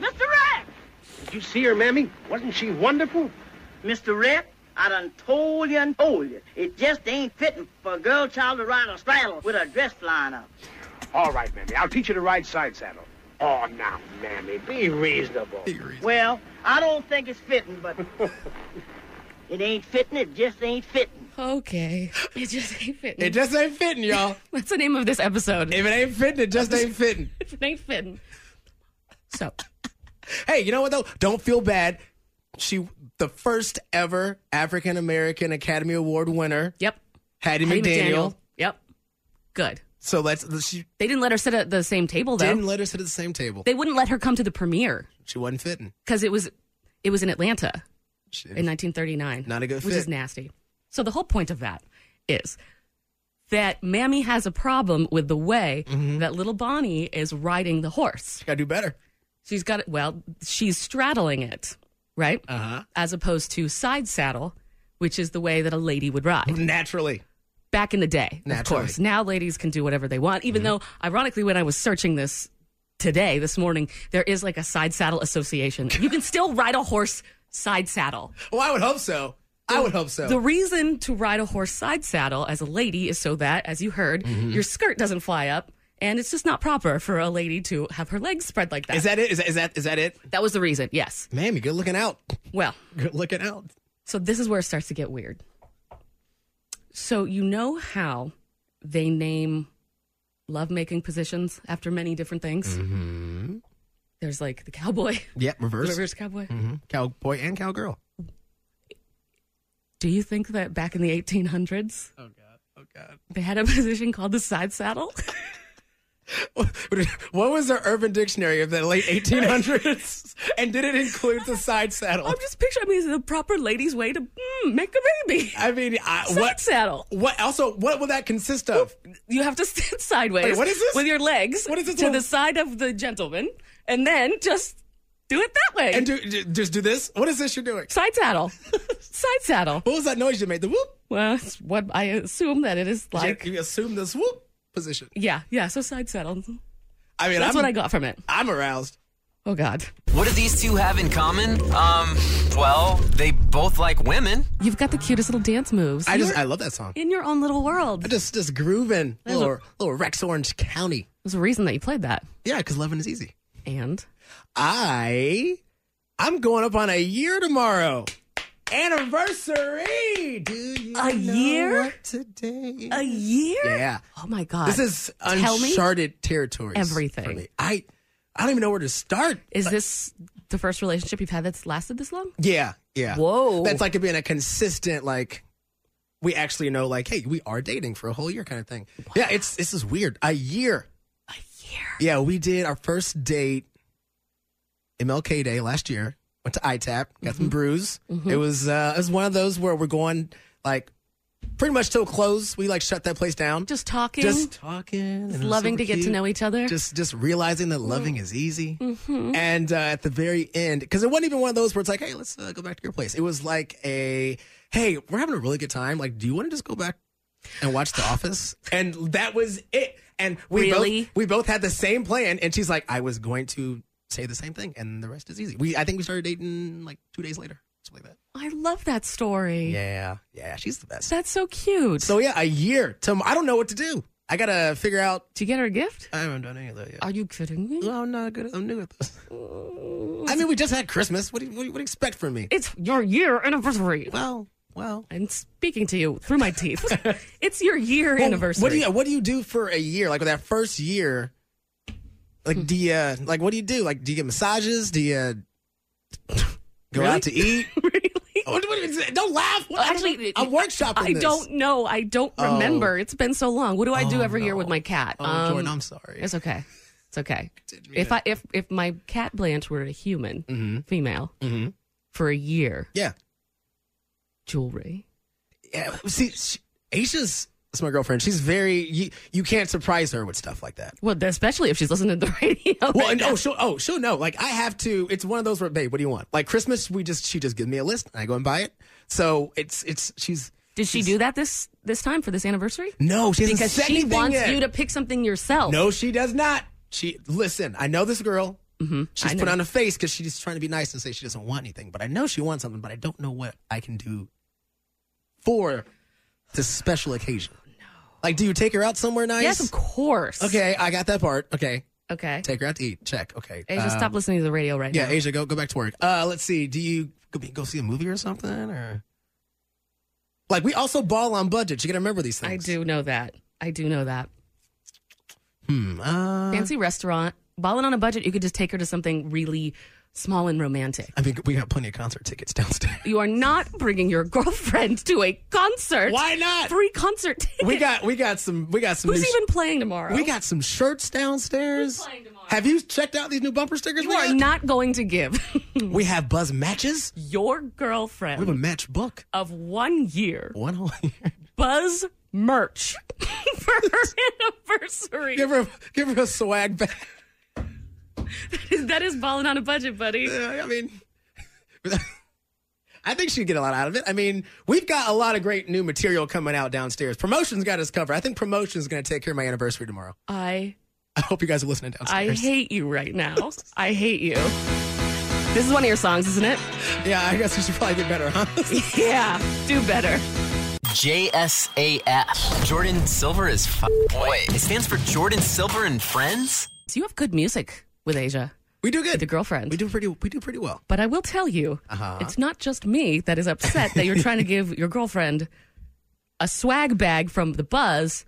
Mr. Rat!
Did you see her, Mammy? Wasn't she wonderful?
Mr. Rat, I done told you and told you. It just ain't fitting for a girl child to ride a straddle with her dress flying up.
All right, Mammy. I'll teach you to ride side saddle. Oh, now, Mammy, be reasonable.
Well, I don't think it's fitting, but it ain't fitting. It just ain't fitting.
Okay. It just ain't fitting.
It just ain't fitting, y'all.
That's the name of this episode.
if it ain't fitting, it just ain't fitting.
If it ain't fitting. So,
Hey, you know what though? Don't feel bad. She, the first ever African American Academy Award winner,
yep.
Hattie,
Hattie
McDaniel.
Yep. Good.
So let's. She
They didn't let her sit at the same table, though.
didn't let her sit at the same table.
They wouldn't let her come to the premiere
She wasn't fitting.
because it was, it was in Atlanta.
She,
in 1939.
Not a good
Which
fit.
is nasty. So the whole point of that is that Mammy has a problem with the way
Mm-hmm.
that little Bonnie is riding the horse.
gotta do better.
She's got it, well, she's straddling it, right?
Uh-huh.
As opposed to side saddle, which is the way that a lady would ride
Naturally.
back in the day. Of
Naturally. Mm-hmm.
course. Now ladies can do whatever they want, even though, ironically, when I was searching this today, this morning, there is like a side saddle association. you can still ride a horse side saddle.
Well, Oh, I would hope so. I would hope so.
The reason to ride a horse side saddle as a lady is so that, as you heard,
Mm-hmm.
your skirt doesn't fly up, and it's just not proper for a lady to have her legs spread like that.
is that it? Is that, is that is that it?
that was the reason, yes.
Mammy, good looking out.
Well,
Good looking out.
so this is where it starts to get weird. So, you know how they name lovemaking positions after many different things? Mm-hmm. There's like the cowboy,
Yep, reverse. Mm-hmm.
reverse cowboy.
Cowboy and cowgirl.
Do you think that back in the 1800s,
Oh God. Oh God.
they had a position called the side saddle?
What was the Urban Dictionary of the late 1800s? and did it include the side saddle?
I'm just picturing, I mean, it's the proper lady's way to mm, make a baby.
I mean, I,
Side
what
saddle.
What also? What will that consist of?
You have to stand sideways
Wait, what is this?
with your legs
What is this
to the
little-
side of the gentleman and then just do it that way.
And do, j- just do this. What is this you're doing?
side saddle. side saddle.
What was that noise you made? The whoop.
Well, it's what I assume that it is like.
you assume this whoop position.
Yeah, yeah, so side saddle.
I mean,
That's
I'm,
what I got from it.
I'm aroused.
Oh, God.
What do these two have in common? Um, well, they both like women.
You've got the cutest little dance moves.
I just
You're
I love that song.
in your own little world.
Just just grooving.
There's a-
Little, little Rex Orange County.
There's a reason that you played that.
Yeah, because loving is easy.
And
I I'm going up on a year tomorrow. Anniversary. Do you
A
know
year?
what today?
a year?
Yeah.
Oh my God.
This is
Tell me
uncharted territory.
everything.
I I don't even know where to start.
Is this the first relationship you've had that's lasted this long?
Yeah, yeah.
Whoa.
That's like it being a consistent like we actually know like hey we are dating for a whole year kind of thing. Yeah, it's this is weird. A year.
A year.
Yeah, we did our first date MLK Day last year. Went to ITAP, got
Mm-hmm.
some brews. It was uh it was one of those where we're going like pretty much till close. We like shut that place down.
Just talking.
Just talking, and it was
loving to
super
get to
cute.
know each other.
Just just realizing that loving is easy, and uh, at the very end, because it wasn't even one of those where it's like, hey, let's uh, go back to your place. It was like a, hey, we're having a really good time. Like, do you want to just go back and watch The Office? And that was it. And we
Really?
both we both had the same plan. And she's like, I was going to say the same thing, and the rest is easy. We I think we started dating like two days later, something like that.
I love that story.
Yeah, yeah, she's the best.
That's so cute.
So yeah, a year. Tom, I don't know what to do. I gotta figure out.
Did you get her a gift?
I haven't done any of that yet.
Are you kidding me?
Well, I'm not good. I'm new at this. I mean, we just had Christmas. What do you, what do you, what do you expect from me?
It's your year anniversary.
well, well.
I'm speaking to you through my teeth. it's your year anniversary.
What do you What do you do for a year? Like with that first year, like do you uh, like what do you do? Like do you get massages? Do you uh, go out to eat?
really?
What- what do you- don't laugh. What- I don't know.
Actually,
I'm workshopping.
I
this.
don't know. I don't remember. It's been so long. What do I do
Oh,
every year
no.
with my cat?
Oh, Jordan, I'm sorry.
um, It's okay. It's okay. If I if if my cat Blanche were a human, female,
Mhm.
for a year,
Yeah.
jewelry.
yeah. See, she, Aisha's that's my girlfriend. She's very. You, you can't surprise her with stuff like that.
Well, especially if she's listening to the radio.
Well,
right
and,
now.
oh, she'll, oh, she'll know. Like, I have to. It's one of those where, babe, what do you want? Like Christmas, we just she just gives me a list, and I go and buy it. So it's it's she's
did she do that this this time for this anniversary?
no, she hasn't
Because
said
she
anything
wants
yet.
you to pick something yourself.
No, she does not. She listen. I know this girl. Mm-hmm, she's put on a face because she's trying to be nice and say she doesn't want anything. But I know she wants something. But I don't know what I can do for this special occasion. Like, do you take her out somewhere nice?
Yes, of course.
Okay, I got that part. Okay,
Okay.
take her out to eat. Check. Okay.
Asia,
uh,
stop listening to the radio right
Yeah,
now.
Asia, go go back to work. Uh, let's see. Do you go, go see a movie or something, or like we also ball on budget? You got to remember these
I
things.
do know that. I do know that.
Uh-huh. Hmm, uh,
Fancy restaurant. Balling on a budget, you could just take her to something really small and romantic.
I mean, we got plenty of concert tickets downstairs.
You are not bringing your girlfriend to a concert.
Why not?
Free concert.
we got we got some we got some
Who's
new sh-
even playing tomorrow?
we got some shirts downstairs.
Who's playing tomorrow?
Have you checked out these new bumper stickers?
You
we,
are
got?
not going to give
we have buzz matches.
your girlfriend
We have a match book.
of one year
One whole year.
Buzz merch for her anniversary.
Give her give her a swag bag.
that is balling on a budget, buddy.
I mean, I think she'd get a lot out of it. I mean, we've got a lot of great new material coming out downstairs. Promotion's got us covered. I think promotion's going to take care of my anniversary tomorrow.
I
I hope you guys are listening
I
downstairs.
hate you right now. I hate you. This is one of your songs, isn't it?
yeah, I guess we should probably get better, huh?
Yeah. Do better.
JSAF. Jordan Silver is f- Wait, it stands for Jordan Silver and Friends?
So you have good music with Asia,
we do
the
good.
girlfriend.
We do Uh-huh. pretty. We do pretty well.
But I will tell you, it's not just me that is upset that you're trying to give your girlfriend a swag bag from the Buzz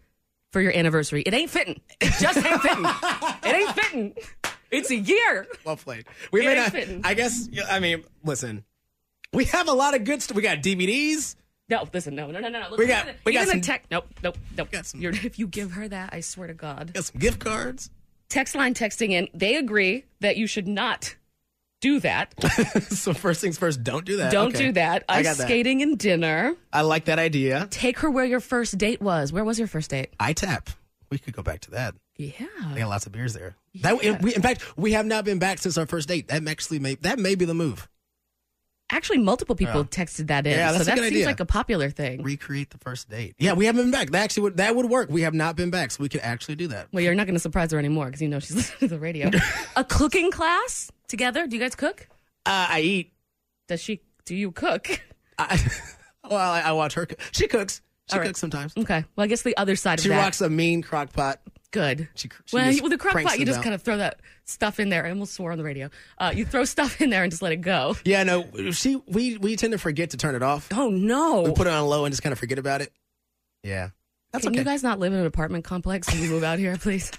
for your anniversary. It ain't fitting. It just ain't fitting. it ain't fitting. It's a year.
Well played. We
It
may
ain't
not.
fitting.
I guess. I mean, listen. We have a lot of good stuff. We got DVDs.
No, listen, no, no, no, no, no.
We got- we got
even
some-
a tech. Nope, nope, nope.
Got some-
You're, if you give her that, I swear to God.
Got some gift cards.
Text line texting in. They agree that you should not do that.
so first things first, don't do that.
Don't
Okay.
do that.
I
Ice
got that.
skating and dinner.
I like that idea.
Take her where your first date was. Where was your first date?
I tap. We could go back to that.
Yeah.
They got lots of beers there. That in, we, in fact, we have not been back since our first date. That actually may that may be the move.
Actually, multiple people texted that in.
Yeah, that's
so
a
that
good
seems
idea.
like a popular thing.
Recreate the first date. Yeah, we haven't been back. That actually would that would work. We have not been back, so we could actually do that.
Well, you're not going to surprise her anymore because you know she's listening to the radio. a cooking class together. Do you guys cook?
Uh, I eat.
Does she? Do you cook?
I, well, I, I watch her. Cook. She cooks. She
All right.
cooks sometimes.
Okay. Well, I guess the other side
She
of that.
rocks a mean crock pot.
good.
She cr- she
well,
just
you- with the crock
cranks
pot, you
it
just
out.
kind of throw that stuff in there. I almost swore on the radio. Uh, you throw stuff in there and just let it go.
Yeah, no. She we we tend to forget to turn it off.
Oh no!
We put it on low and just kind of forget about it. Yeah, that's
Can
okay.
you guys not live in an apartment complex when you move out here, please?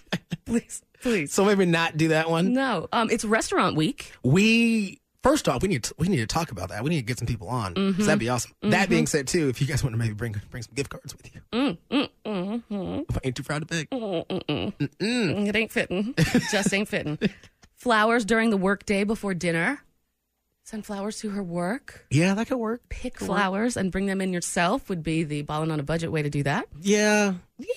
please, please.
so maybe not do that one.
No. Um, it's restaurant week.
we first off we need to, we need to talk about that. We need to get some people on. 'cause
Mm-hmm.
that'd be awesome. That being said, too, if you guys want to maybe bring bring some gift cards with you,
Mm, mm-hmm.
If I ain't too proud to beg.
It ain't fitting. It Just ain't fitting. Flowers during the workday before dinner. Send flowers to her work.
Yeah, that could work.
Pick flowers and bring them in yourself would be the ballin' on a budget way to do that.
Yeah,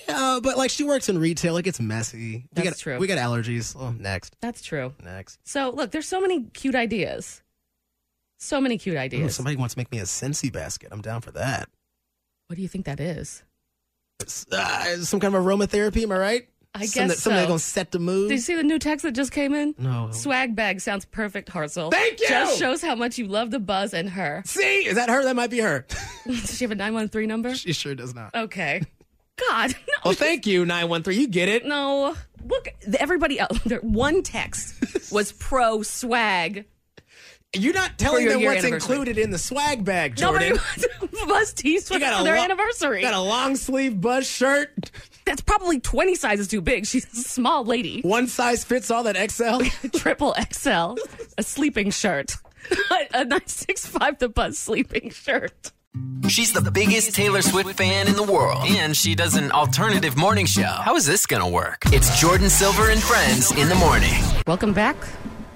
yeah, but like she works in retail, it gets messy. we
That's
got,
true.
We got allergies. Oh, next,
That's true.
next.
So look, there's so many cute ideas. So many cute
Ooh,
ideas.
somebody wants to make me a Scentsy basket. I'm down for that.
What do you think that is?
It's, uh, some kind of aromatherapy. Am I right?
I
Something
guess
that- something
so.
that's gonna set the mood.
Did you see the new text that just came in?
No.
Swag bag sounds perfect, Hartzell.
Thank you!
Just shows how much you love the buzz and her.
See, is that her? That might be her.
Does she have a 913 number?
she sure does
Oh,
not.
Okay. God. No.
Well, Oh, thank you, nine one three. You get it.
No. Look, everybody else. there- One text was pro swag.
You're not telling
your
them
year
what's
anniversary.
included in the swag bag, Jordan.
Nobody was teased for
You got a
their
lo-
anniversary.
Got a long sleeve buzz shirt.
That's probably 20 sizes too big. She's a small lady.
One size fits all that XL.
Triple XL. A sleeping shirt. a 965 The Buzz sleeping shirt.
She's the biggest Taylor Swift fan in the world, and she does an alternative morning show. How is this gonna work? It's Jordan Silver and Friends in the morning.
Welcome back,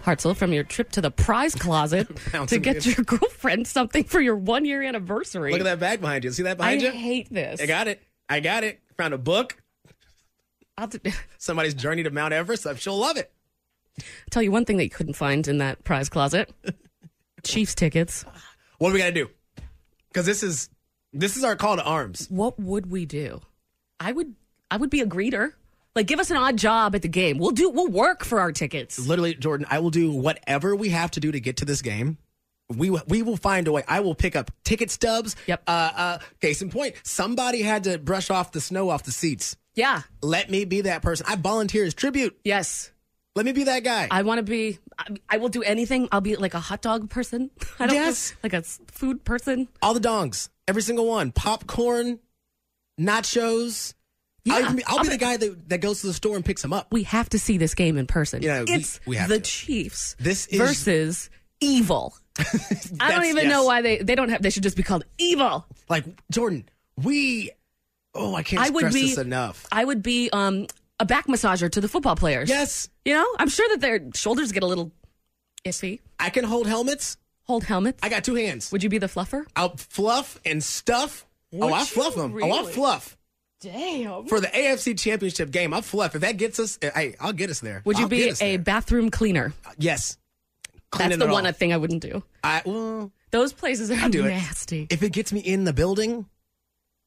Hartzell, from your trip to the prize closet to
Bouncing
get
in.
your girlfriend something for your one year anniversary.
Look at that bag behind you. See that
I
behind you?
hate this.
I got it. I got it. Found a book.
I'll t-
Somebody's journey to Mount Everest. So She'll love it.
tell you one thing that you couldn't find in that prize closet Chiefs tickets.
What do we got to do? Because this is this is our call to arms.
What would we do? I would I would be a greeter. Like give us an odd job at the game. We'll do we'll work for our tickets.
Literally, Jordan. I will do whatever we have to do to get to this game. We, we will find a way. I will pick up ticket stubs.
Yep.
Uh, uh, case in point, somebody had to brush off the snow off the seats.
Yeah.
Let me be that person. I volunteer as tribute.
Yes.
Let me be that guy.
I want to be. I, I will do anything. I'll be like a hot dog person. I don't
Yes.
like a s- food person.
All the dongs, every single one, popcorn, nachos. I'll,
Yeah.
even be, I'll,
I'll
be,
be-
the guy that, that goes to the store and picks them up.
We have to see this game in person.
Yeah, we-
it's
we have
the
to.
Chiefs
This is-
versus evil. I don't
That's-
even
yes.
know why they they don't have. They should just be called evil.
Like Jordan, we. Oh, I can't
I would
stress
be
this enough.
I would be um a back massager to the football players.
Yes,
You know, I'm sure that their shoulders get a little iffy.
I can hold helmets.
Hold helmets.
I got two hands.
would you be the fluffer?
I'll fluff and stuff.
Would
oh, I
you
fluff them. Oh, I'll
really?
fluff
Damn.
for the AFC Championship game. I'll fluff if that gets us. eh, Hey, I'll get us there.
Would you
I'll
be
get
a
us there.
bathroom cleaner?
yes?
That's
Cleaning
the
it
one
all.
I think I wouldn't do.
I well,
Those places are
do it.
nasty.
if it gets me in the building,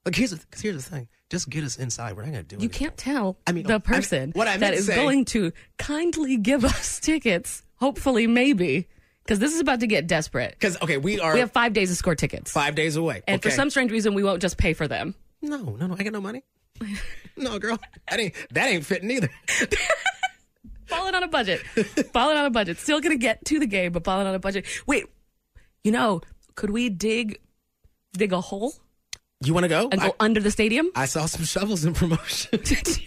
like here's because here's the thing, just get us inside. We're not gonna do
you
anything.
can't tell
I mean, I
the
mean,
person
what I
that
meant
is
saying-
going to kindly give us tickets, hopefully, maybe, because this is about to get desperate.
Because okay, we are
We have five days to score tickets.
five days away.
And
okay.
for some strange reason, we won't just pay for them.
no, no, no, I got no money. no, girl, that ain't that ain't fitting either.
Balling on a budget. balling on a budget. Still going to get to the game, but balling on a budget. Wait, you know, could we dig dig a hole
You want to go?
and
I,
go under the stadium?
I saw some shovels in promotion.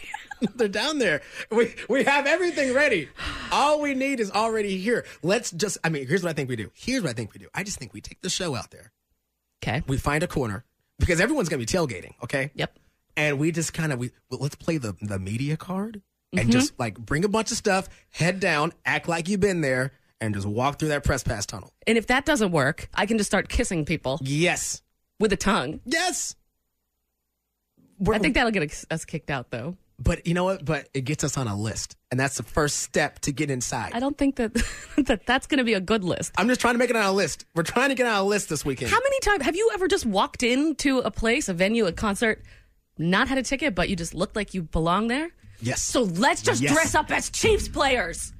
They're down there. We we have everything ready. All we need is already here. Let's just. I mean, here's what I think we do. Here's what I think we do. I just think we take the show out there.
okay.
We find a corner. because everyone's gonna be tailgating, okay?
Yep.
And we just kind of we well, let's play the the media card
Mm-hmm.
and just like bring a bunch of stuff, head down, act like you've been there, and just walk through that press pass tunnel.
And if that doesn't work, I can just start kissing people
Yes,
with a tongue.
yes.
I think that'll get us kicked out, though.
But you know what? But it gets us on a list, and that's the first step to get inside.
I don't think that, that that's going to be a good list.
I'm just trying to make it on a list. We're trying to get on a list this weekend.
How many times have you ever just walked into a place, a venue, a concert, not had a ticket, but you just looked like you belong there?
Yes.
So let's just
Yes.
dress up as Chiefs players.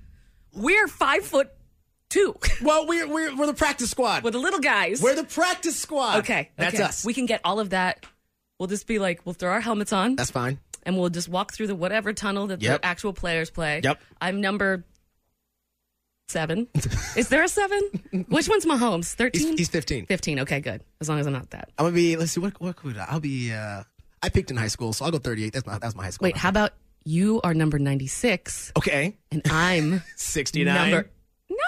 We're five foot two.
well, we're we're, we're the practice squad.
We're the little guys.
We're the practice squad.
okay.
that's
okay.
us.
We can get all of that. We'll just be like, we'll throw our helmets on
that's fine.
and we'll just walk through the whatever tunnel that
Yep.
the actual players play.
Yep.
I'm number seven. Is there a seven? Which one's Mahomes? 13?
He's, he's 15.
15. Okay, good. As long as I'm not that.
I'm gonna be. Let's see. What what could I? I'll be. uh I picked in high school, so I'll go 38. That's my that's my high school.
Wait, how about you are number 96
Okay.
and I'm
69.
number.
Oh.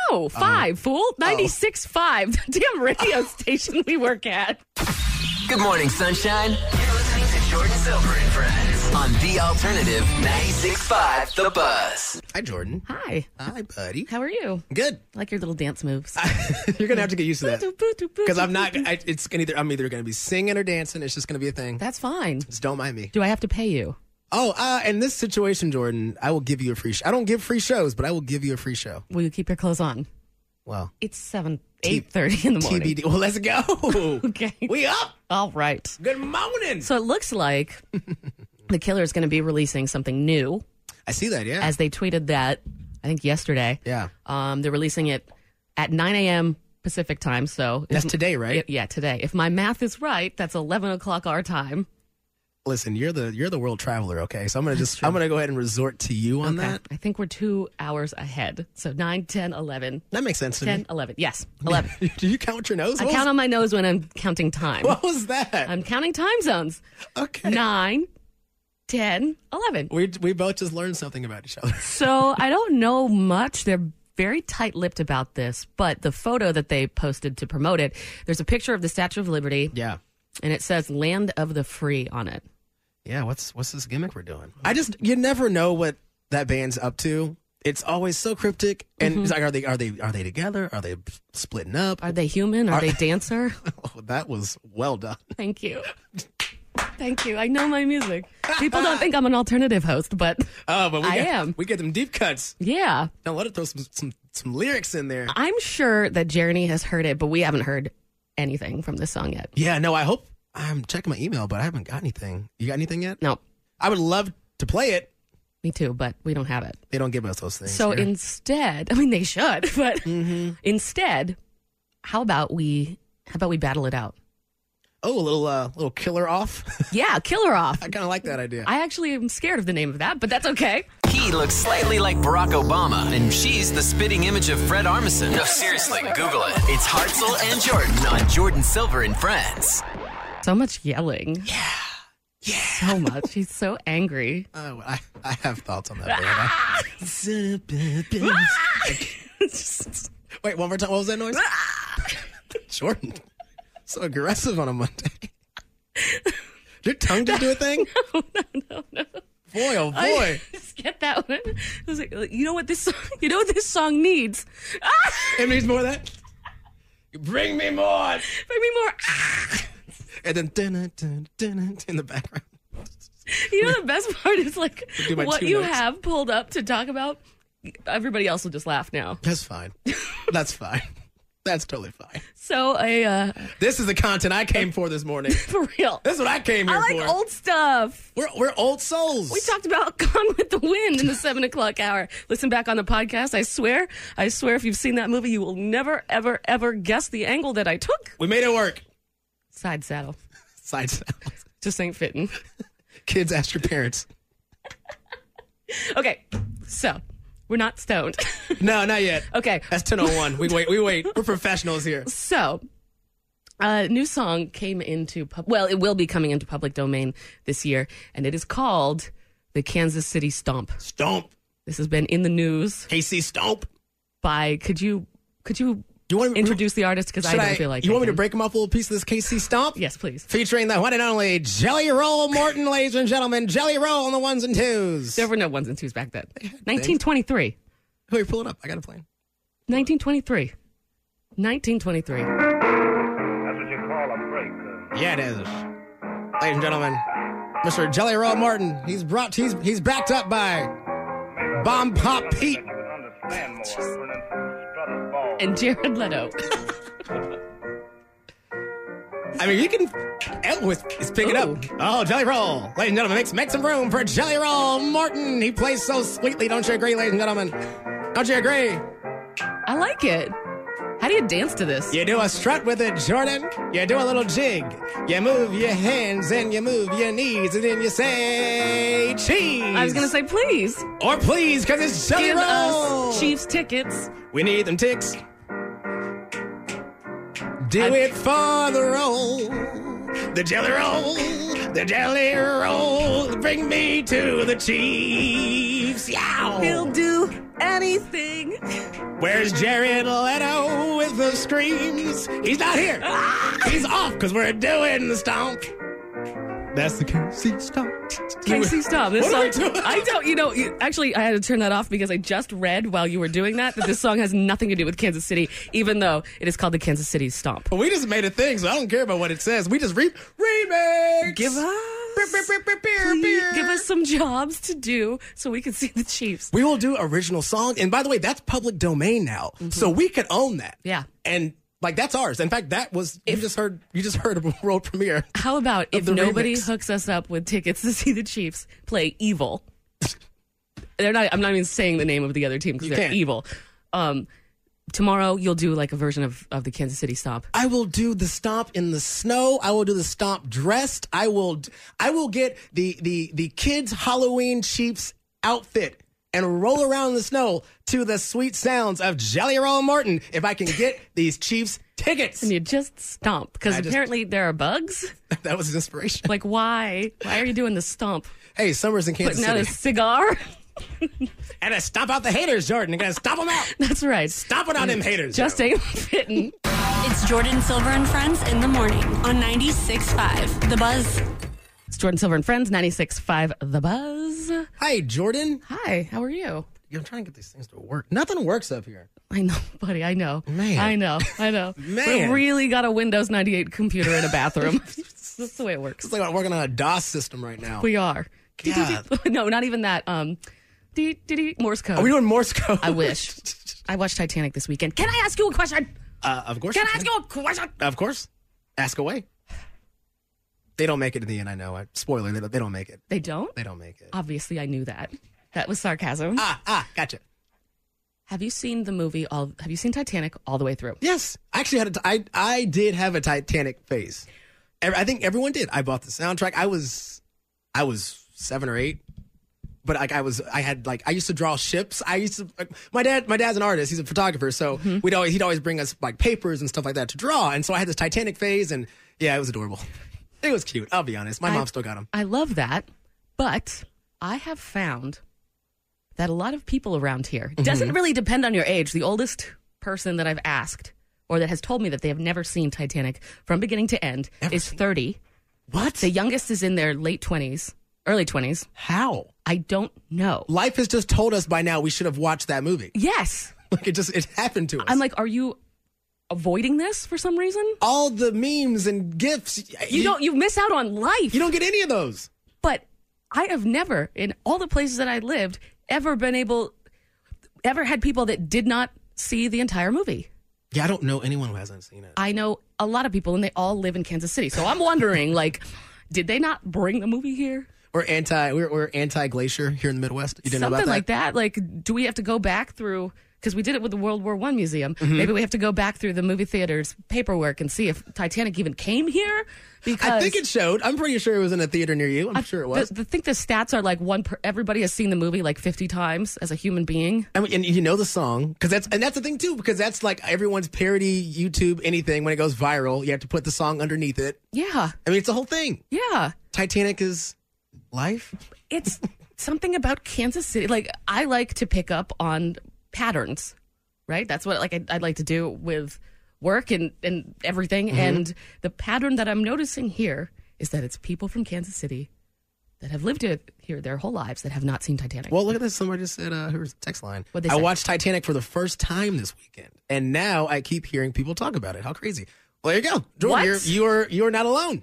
No, five, fool. 96 5. The damn radio station we work at.
Good morning, sunshine. You're listening to Jordan Silver and Friends on The Alternative 96.5 The Buzz.
Hi, Jordan.
Hi.
Hi, buddy.
How are you?
Good.
I like your little dance moves.
You're gonna have to get used to that because
Because
I'm not. I, it's gonna either I'm either gonna be singing or dancing. It's just gonna be a thing.
That's fine.
Just don't mind me.
Do I have to pay you?
Oh, uh, in this situation, Jordan, I will give you a free. Sh- I don't give free shows, but I will give you a free show.
Will you keep your clothes on?
Well,
It's 7, 8.30 in the morning.
TBD. Well, let's go.
Okay.
We up.
All right.
Good morning.
So it looks like the killer is going to be releasing something new
I see that. Yeah.
as they tweeted that, I think yesterday.
yeah.
Um, they're releasing it at 9 a.m. Pacific time. So if-
That's today, right?
Mm-hmm. yeah, today. If my math is right, that's 11 o'clock our time.
Listen, you're the you're the world traveler. Okay, so I'm gonna just I'm gonna go ahead and resort to you on that.
I think we're two hours ahead. So 9, 10, 11,
That makes sense to
10,
me.
11. Yes, 11.
Do you count your nose?
I
what
count
was,
on my nose when I'm counting time.
What was that?
I'm counting time zones.
okay.
9, 10, 11.
We we both just learned something about each other.
So I don't know much. They're very tight lipped about this, but the photo that they posted to promote it, there's a picture of the Statue of Liberty
Yeah.
and it says Land of the Free on it.
Yeah. What's what's this gimmick we're doing? I just you never know what that band's up to. It's always so cryptic. And it's like, are they are they are they together? Are they splitting up?
Are they human? Are, they dancer?
Oh, that was well done.
Thank you. Thank you. I know my music. People don't think I'm an alternative host, but
Oh, but we
I
get,
am.
We get them deep cuts.
yeah.
Now let it throw some some some lyrics in there.
I'm sure that Jeremy has heard it, but we haven't heard anything from this song yet.
Yeah. No, I hope I'm checking my email, but I haven't got anything. You got anything yet?
No,
I would love to play it.
me too, but we don't have it.
They don't give us those things.
So
here.
instead, I mean, they should, but instead, how about we how about we battle it out?
oh, a little uh, little killer off.
Yeah, killer off.
I kind of like that idea.
I actually am scared of the name of that, but that's okay.
He looks slightly like Barack Obama, and she's the spitting image of Fred Armisen. No, seriously, Google it. It's Hartzell and Jordan on Jordan Silver and Friends.
So much yelling. Yeah. Yeah. So much. He's so angry.
Oh, I, I have thoughts on that. band. I- Wait, one more time. What was that noise? Jordan, so aggressive on a Monday. Did your tongue just do a thing? No, no, no, no. Boy, oh boy.
Just get that one. I was like, you know what this song, you know what this song needs?
it needs more of that. Bring me more.
Bring me more. Ah!
And then dun, dun, dun, in the background.
You know the best part is like
Do my
what
two
you
notes.
have pulled up to talk about. Everybody else will just laugh now.
That's fine. That's fine. That's totally fine.
So I uh
This is the content I came for this morning.
for real.
This is what I came here
I
for.
like old stuff.
we're, we're old souls.
We talked about Gone with the Wind in the seven o'clock hour. Listen back on the podcast. I swear, I swear, if you've seen that movie, you will never, ever, ever guess the angle that I took.
We made it work.
Side saddle.
Side saddle.
Just ain't fitting.
Kids ask your parents.
Okay, so we're not stoned.
No, not yet.
okay,
That's 1001. We wait, we wait. We're professionals here.
so a new song came into pub- well, it will be coming into public domain this year, and it is called the Kansas City Stomp.
Stomp.
This has been in the news
KC Stomp.
by could you could you
You want me-
introduce the artist because I
Should
don't feel like
you
I
want me to
can.
break him up a little piece of this KC stomp?
Yes, please.
Featuring the one and only Jelly Roll Morton, ladies and gentlemen. Jelly Roll on the ones and twos.
There were no ones and twos back then. 1923.
Who are you pulling up? I got a plane.
1923. 1923.
That's what you call a break. uh,
Yeah, it is. Ladies and gentlemen, Mr. Jelly Roll Morton. He's brought. He's he's backed up by Bomb Pop Pete.
And Jared Leto.
I mean, you can. Elwood is picking up. Oh, Jelly Roll. Ladies and gentlemen, make, make some room for Jelly Roll Morton. He plays so sweetly. Don't you agree, ladies and gentlemen? Don't you agree?
I like it. How do you dance to this?
You do a strut with it, Jordan. You do a little jig. You move your hands and you move your knees and then you say cheese.
I was gonna say, please
Or please, because it's Jelly
give
Roll.
us Chiefs tickets.
We need them ticks. Do it for the roll, the jelly roll, the jelly roll. Bring me to the Chiefs. Yow!
He'll do anything.
Where's Jared Leto with the screams? He's not here. He's off because we're doing the stomp. That's the KC stomp.
Casey, stop. This
What are we
song.
doing?
I don't. You know. You, actually, I had to turn that off because I just read while you were doing that that this song has nothing to do with Kansas City, even though it is called the Kansas City Stomp.
But we just made a thing, so I don't care about what it says. We just re- remix.
Give
Beer,
us.
beer, beer, beer, beer,
please
beer.
Give us some jobs to do so we can see the Chiefs.
We will do original songs. And by the way, that's public domain now. So we could own that.
Mm-hmm. Yeah.
And like that's ours. In fact, that was you just heard you just heard a world premiere.
How about if
the
nobody
remix.
hooks us up with tickets to see the Chiefs play evil? they're not. I'm not even saying the name of the other team because
You
they're
can't.
evil. Um, tomorrow you'll do like a version of of the Kansas City Stomp.
I will do the stomp in the snow. I will do the stomp dressed. I will I will get the the the kids Halloween Chiefs outfit and roll around in the snow to the sweet sounds of Jelly Roll Martin if I can get these Chiefs tickets.
And you just stomp because
I just-
apparently there are bugs.
That was his inspiration.
Like why? Why are you doing the stomp?
Hey, summer's in Kansas
Putting out
City.
a cigar?
And I stomp out the haters, Jordan. I gotta stomp them out.
That's right.
Stomp it on them haters.
Just ain't fitting.
It's Jordan Silver and Friends in the morning on 96.5. The Buzz.
It's Jordan Silver and Friends, 96.5 The Buzz.
Hi, Jordan.
Hi, how are you?
I'm trying to get these things to work. Nothing works up here.
I know, buddy. I know.
Man.
I know. I know.
Man.
We really got a Windows 98 computer in a bathroom. That's the way it works.
It's like I'm working on a DOS system right now.
We are.
God.
No, not even that. Um, dee, dee, dee, Morse code.
Are we doing Morse code?
I wish. I watched Titanic this weekend. Can I ask you a question?
Uh, of course.
Can
you
I ask you a question?
Of course. Ask away. They don't make it in the end. I know. I, spoiler. They don't, they don't make it.
They don't?
They don't make it.
Obviously, I knew that. That was sarcasm.
ah, ah, gotcha.
Have you seen the movie all have you seen Titanic all the way through?
Yes, I actually had a. T- I I did have a Titanic phase. Ev- I think everyone did. I bought the soundtrack. I was, I was seven or eight, but like I was, I had like I used to draw ships. I used to. Like, my dad, my dad's an artist. He's a photographer, so
Mm-hmm.
we'd always he'd always bring us like papers and stuff like that to draw. And so I had this Titanic phase, and yeah, it was adorable. It was cute. I'll be honest. My
I-
mom still got them.
I love that, but I have found that a lot of people around here it
Mm-hmm.
doesn't really depend on your age. The oldest person that I've asked or that has told me that they have never seen Titanic from beginning to end
Never
is
seen-
30.
What?
The youngest is in their late 20s, early 20s.
How?
I don't know.
Life has just told us by now we should have watched that movie.
Yes.
Like it just it happened to us.
I'm like, are you avoiding this for some reason?
all the memes and gifs.
You don't you miss out on life.
You don't get any of those.
but I have never, in all the places that I lived, ever been able, ever had people that did not see the entire movie.
Yeah, I don't know anyone who hasn't seen it.
I know a lot of people, and they all live in Kansas City. So I'm wondering, like, did they not bring the movie here?
We're anti. We're, we're anti glacier here in the Midwest. You didn't know
Something
about that?
like that. Like, do we have to go back through? Because we did it with the World War One Museum.
Mm-hmm.
Maybe we have to go back through the movie theater's paperwork and see if Titanic even came here. Because
I think it showed. I'm pretty sure it was in a theater near you. I'm sure it was.
The, the, I think the stats are like one. Per, everybody has seen the movie like 50 times as a human being.
I mean, and you know the song because that's and that's the thing too because that's like everyone's parody YouTube anything when it goes viral you have to put the song underneath it.
Yeah,
I mean it's the whole thing.
yeah.
Titanic is life.
it's something about Kansas City. Like I like to pick up on patterns. right? That's what like I'd, I'd like to do with work and and everything. And the pattern that I'm noticing here is that it's people from Kansas City that have lived it here their whole lives that have not seen Titanic.
Well, look at this. Somebody just said, uh, here's a text line.
What'd they
I
say?
watched Titanic for the first time this weekend, and now I keep hearing people talk about it. How crazy. Well, there you go. Jordan,
What?
You're, you're, you're not alone.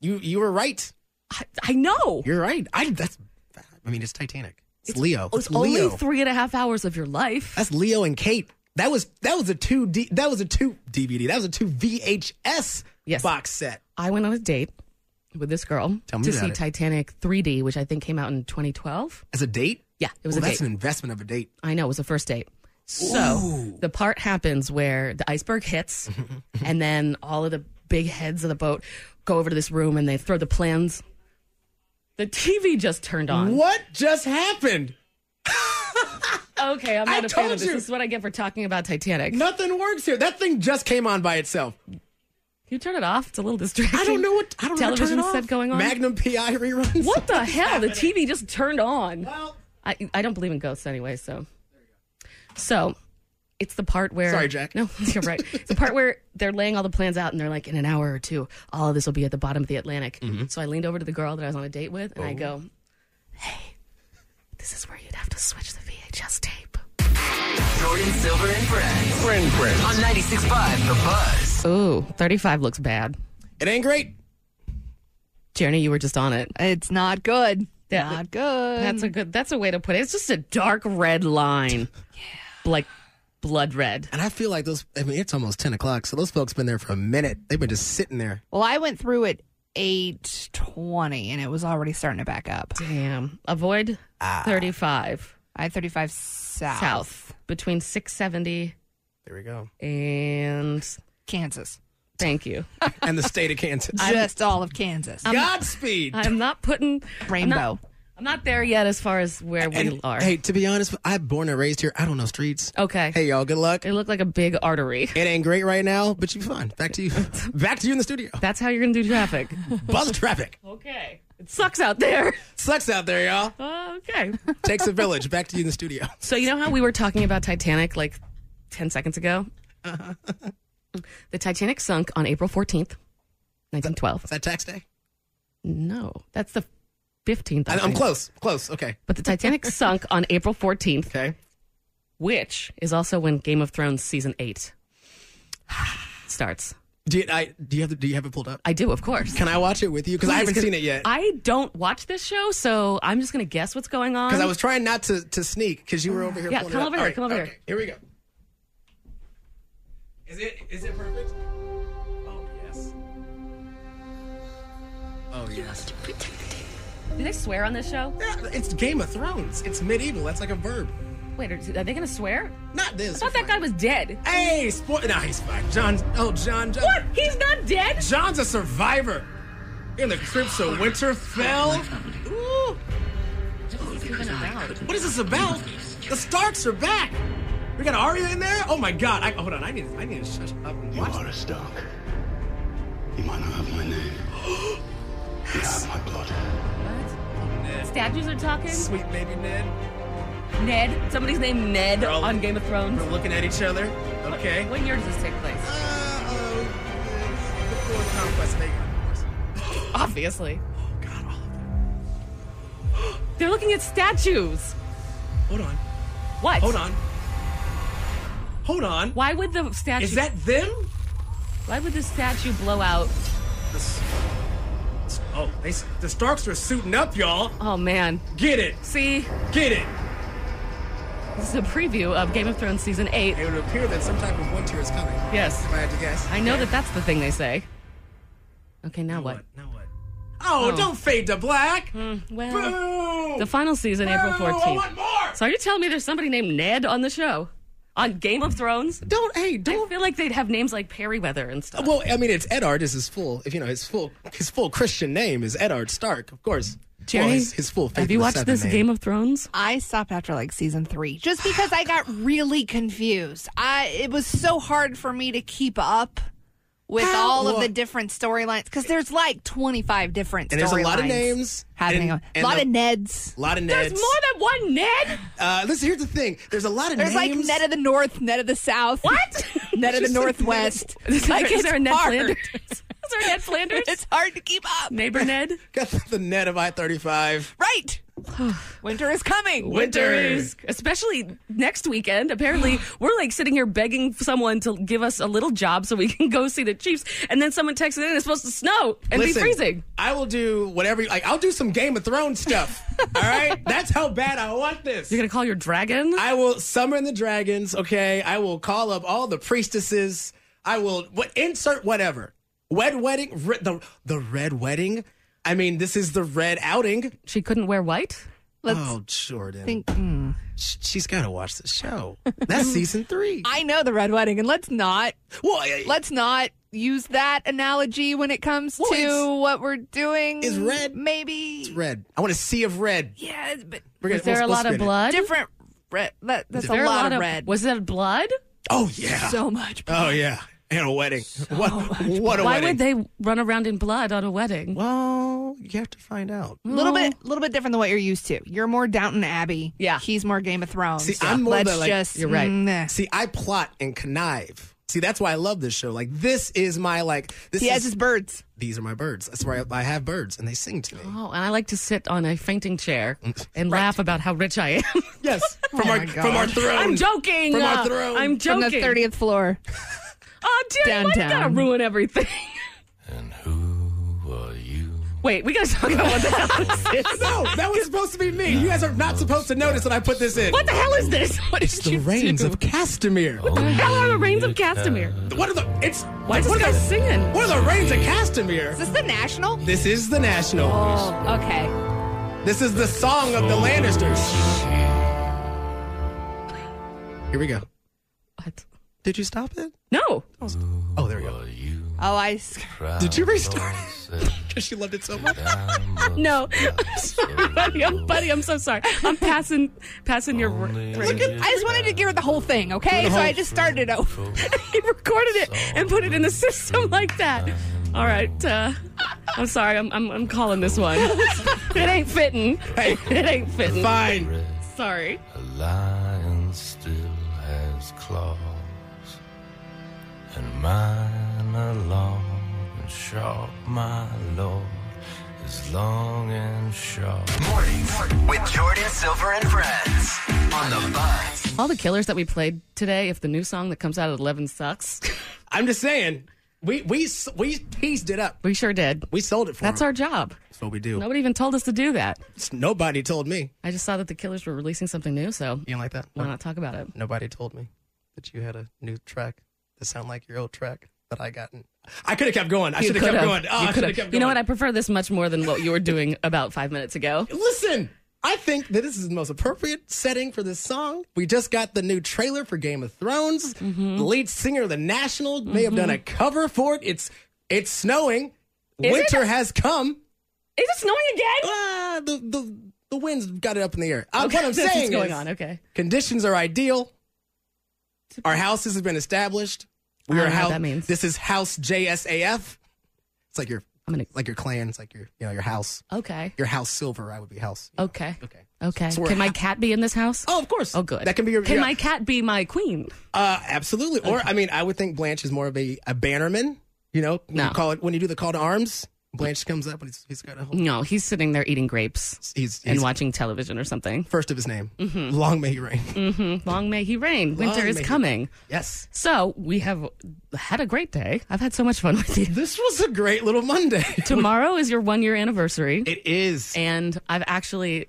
You, you were right.
I, I know.
You're right. I, that's, I mean, it's Titanic. It's, Leo.
It's
That's Leo.
only three and a half hours of your life.
That's Leo and Kate. That was that was a two D. That was a two DVD. That was a two VHS
Yes.
box set.
I went on a date with this girl
Tell me
to
about
see
it.
Titanic 3D, which I think came out in 2012.
As a date,
Yeah, it was
Well,
a
that's
date.
an investment of a date.
I know, it was a first date. So the part happens where the iceberg hits, and then all of the big heads of the boat go over to this room and they throw the plans. The TV just turned on.
What just happened?
Okay, I'm not
I
a fan
told
of this.
you.
This is what I get for talking about Titanic.
Nothing works here. That thing just came on by itself.
Can you turn it off? It's a little distracting.
I don't know what I don't
television
know. what to
set
turn it off.
going on.
Magnum PI reruns.
What the hell? The TV just turned on.
Well-
I I don't believe in ghosts anyway, so. So, it's the part where.
Sorry, Jack.
No, you're right. It's the part where they're laying all the plans out, and they're like, in an hour or two, all of this will be at the bottom of the Atlantic.
Mm-hmm.
So I leaned over to the girl that I was on a date with, and I go,
Oh.
"Hey, this is where you'd have to switch the VHS tape."
Jordan Silver and Friends. Friend Friends. On 96.5 The Buzz.
Ooh, 35 looks bad.
It ain't great.
Jeremy, you were just on it.
It's not good.
Yeah.
Not good.
That's a good. That's a way to put it. It's just a dark red line, like blood red.
And I feel like those. I mean, it's almost ten o'clock, so those folks been there for a minute. They've been just sitting there.
well, I went through at eight twenty, and it was already starting to back up.
Damn. Avoid 35
I thirty five south,
south between 670
There we go.
and
Kansas,
thank you.
And the state of Kansas.
just all of Kansas.
Godspeed.
I'm not putting I'm
Rainbow.
not, I'm not there yet as far as where we
And,
are.
Hey, to be honest, I'm born and raised here. I don't know streets.
okay.
Hey, y'all. Good luck.
It looked like a big artery.
It ain't great right now, but you fine. Back to you. Back to you in the studio.
That's how you're going to do traffic.
Buzz traffic.
okay. It sucks out there.
Sucks out there, y'all.
Okay.
Takes a village. Back to you in the studio.
So you know how we were talking about Titanic like 10 seconds ago?
Uh-huh.
the Titanic sunk on April 14th, 1912.
Is that tax day?
No, that's the 15th. I
I, I'm
think.
close. Close. Okay.
But the Titanic sunk on April 14th,
Okay.
which is also when Game of Thrones season 8 starts.
Do you, I, do you have the, Do you have it pulled up?
I do, of course.
Can I watch it with you? Because I
Please,
haven't
'cause
seen it yet.
I don't watch this show, so I'm just going to guess what's going on.
Because I was trying not to, to sneak because you were over here.
Yeah,
pulling
come
it up.
over here,
All right,
come over
okay,
here.
Here we go. Is it is it perfect? Oh yes. Oh yes.
Do they swear on this show?
Yeah, it's Game of Thrones. It's medieval. That's like a verb.
Wait, are, are they going to swear?
Not this.
I thought that guy was dead.
Hey, sport. Nah, he's fine. John. Oh, John. John.
What? He's not dead?
John's a survivor. In the crypts of Winterfell. Ooh. What is this about? The Starks are back. We got Arya in there. Oh my God! I, hold on, I need, I need to shut up and watch.
are a Stark. You might not have my name. you have my blood.
Statues are talking?
this. Sweet baby Ned.
Ned? Somebody's named Ned
They're all-
on Game of Thrones?
We're looking at each other. Okay.
What year does this take place?
Uh, uh, before conquest, they got divorced.
Obviously.
Oh God, all of them.
They're looking at statues.
Hold on.
What?
Hold on. Hold on.
Why would the statue?
Is that them?
Why would the statue blow out?
The s- Oh, they, s- the Starks are suiting up, y'all.
Oh man!
Get it.
See,
Get it.
this is a preview of Game of Thrones season eight.
It would appear that some type of winter is coming.
Yes,
If I had to guess.
I know that that's the thing they say. Okay, now what?
Now what? Oh,
Oh.
don't fade to black.
Well,
Boo!
the final season, April
Boo! I want
fourteenth.
more.
So are you telling me there's somebody named Ned on the show, on Game of Thrones?
Don't. Hey,
I
don't.
feel like they'd have names like Perryweather and stuff.
Well, I mean, it's Edard. Is his full? If you know his full, his full Christian name is Edard Stark, of course.
Jerry,
Well, his, his full.
Have you watched this Game of Thrones?
I stopped after like season three just because I got really confused. I it was so hard for me to keep up with
How-
all of
what?
the different storylines because there's like 25 different
And there's a lot of
storylines
names
happening.
and-
a
and
lot
the-
of Neds.
A lot of Neds.
There's more
than one Ned.
Uh, listen, here's the thing. There's a lot of
There's
names.
like Ned of the North, Ned of the South. What? Ned of the
Just
Northwest.
Is there-
like
is
it's
there a Ned
hard.
Flanders? Is there Ned Flanders?
It's hard to keep up.
Neighbor Ned.
Got the, the Ned of I-35.
Right. Winter is coming.
Winter is, especially next weekend. Apparently, we're like sitting here begging someone to give us a little job so we can go see the Chiefs. And then someone texts in, it's supposed to snow and be
Listen,
freezing.
I will do whatever. Like I'll do some Game of Thrones stuff. all right, that's how bad I want this. You're
gonna call your dragon?
I will summon the dragons. Okay, I will call up all the priestesses. I will what insert whatever. Red wedding, re, the the red wedding. I mean, this is the red outing.
She couldn't wear white.
Let's
oh, Jordan.
think-
Sh- She's got to watch the show. That's season three.
I know the red wedding, and let's not. let's not use that analogy when it comes to what we're doing. Is red maybe?
It's red. I want to sea of red.
Yeah, but
We're gonna- Was there we'll- a we'll lot of spin it. blood?
Different red. That, that's
Is
a
there
lot, of red.
Was that blood?
Oh yeah.
So much.
Oh yeah. And a wedding. what? What a
Why
wedding.
would they run around in blood on a wedding?
Well, you have to find out.
A little bit, little bit different than what you're used to. You're more Downton Abbey. Yeah, he's more Game of Thrones.
See, I'm more
Let's
the, like,
just
you're right.
mm,
See, I plot and connive. See, that's why I love this show. Like, this is my like. This
He
is,
has his birds.
These are my birds. That's why I, I have birds, and they sing to me.
Oh, and I like to sit on a fainting chair and laugh about how rich I am.
Yes,
from
our- from our throne.
I'm joking.
From our
Uh,
throne.
I'm
From
joking.
the thirtieth floor.
Oh, Jerry, why you gotta
Downtown.
ruin everything? And who are you? Wait, we gotta talk about what the hell this is.
no, that was supposed to be me. You guys are not supposed to notice that I put this in.
What the hell is this? What
It's the reigns of Castamere. What
the hell are the reigns of Castamere?
What are the? It's
Why is
what
this guy
are the-
singing?
What are the reigns of
Is
Castamere?
this the National?
This is the national.
Oh, okay.
This is the song of the Lannisters. Here we go.
What?
Did you stop it?
No.
Oh, there we go.
Oh, I. s-
Did you restart it? Because she loved it so much.
No. I'm sorry, buddy. I'm, buddy, I'm so sorry. I'm passing passing your r-
Look at, I just wanted to hear the whole thing, okay?
The
So
whole-
I just started it over.
he recorded it and put it in the system like that. All right, uh, I'm sorry. I'm, I'm I'm calling this one. it ain't fitting.
Hey,
it ain't fitting.
Fine.
Sorry.
lion still has claws, and mine are long and sharp, my lord, is long and sharp.
Mornings with Jordan Silver and friends on the Buzz.
All the killers that we played today. If the new song that comes out at 11 sucks,
I'm just saying, we we s- we pieced it up.
we sure did.
We sold it for.
That's our job.
That's what we do.
Nobody even told us to do that.
S- Nobody told me.
I just saw that the killers were releasing something new, so
You don't like that?
why not talk about it?
Nobody told me that you had a new track that sound like your old track that I gotten. I could have kept going. I
You
should have kept
could've.
going.
You
Oh, I should
could've.
have kept going.
You know what? I prefer this much more than what you were doing about five minutes ago.
Listen, I think that this is the most appropriate setting for this song. We just got the new trailer for Game of Thrones.
Mm-hmm.
The lead singer of The National may have done a cover for it. It's it's snowing.
Is
Winter
it?
has come.
Is it snowing again?
Ah, the the the wind's got it up in the air. Uh,
Okay,
what I'm
this is
saying
going
is
on. Okay.
conditions are ideal. Our houses have been established.
I don't
are
know what
house.
that means.
This is House JSAF. It's like your
I'm gonna-
like your clan. It's like your you know your house.
Okay.
Your house silver. I would be house.
Okay. Okay. Okay.
So we're
can my
ha-
cat be in this house?
Oh, of course.
Oh, good.
That can be your.
Can
your-
my cat be my queen?
Uh, absolutely. Or I mean, I would think Blanche is more of a, a bannerman. You know, when
No.
you call it when you do the call to arms. Blanche comes up and he's, he's got a whole
No, he's sitting there eating grapes and
He's-
Mm-hmm.
he's-
watching television or something.
first of his name. Long may he reign.
hmm Long may he reign. Winter
Long
is
may he-
coming.
Yes.
So we have had a great day. I've had so much fun with you.
This was a great little Monday.
Tomorrow is your one year anniversary,
It is.
and I've actually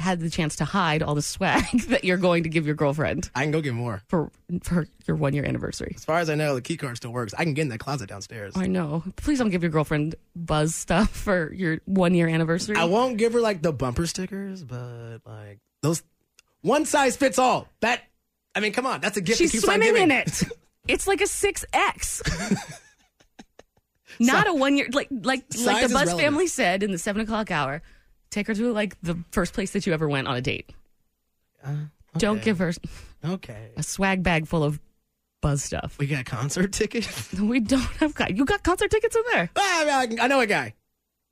had the chance to hide all the swag that you're going to give your girlfriend
I can go get more.
for for your one year anniversary.
As far as I know, the key card still works. I can get in that closet downstairs.
I know. Please don't give your girlfriend buzz stuff for your one year anniversary.
I won't give her like the bumper stickers, but like those one size fits all. That I mean, come on, that's a gift.
She's
that keeps on
swimming
giving.
in it. It's like a six X. Not a one year like like like
Size
the
is
Buzz
relevant.
family said in the seven o'clock hour. Take her to like the first place that you ever went on a date. Don't
Uh, okay.
give her
Okay.
a swag bag full of Buzz stuff.
We got concert tickets. Ah,
We don't have guy. You got concert tickets in there.
I, I know a guy.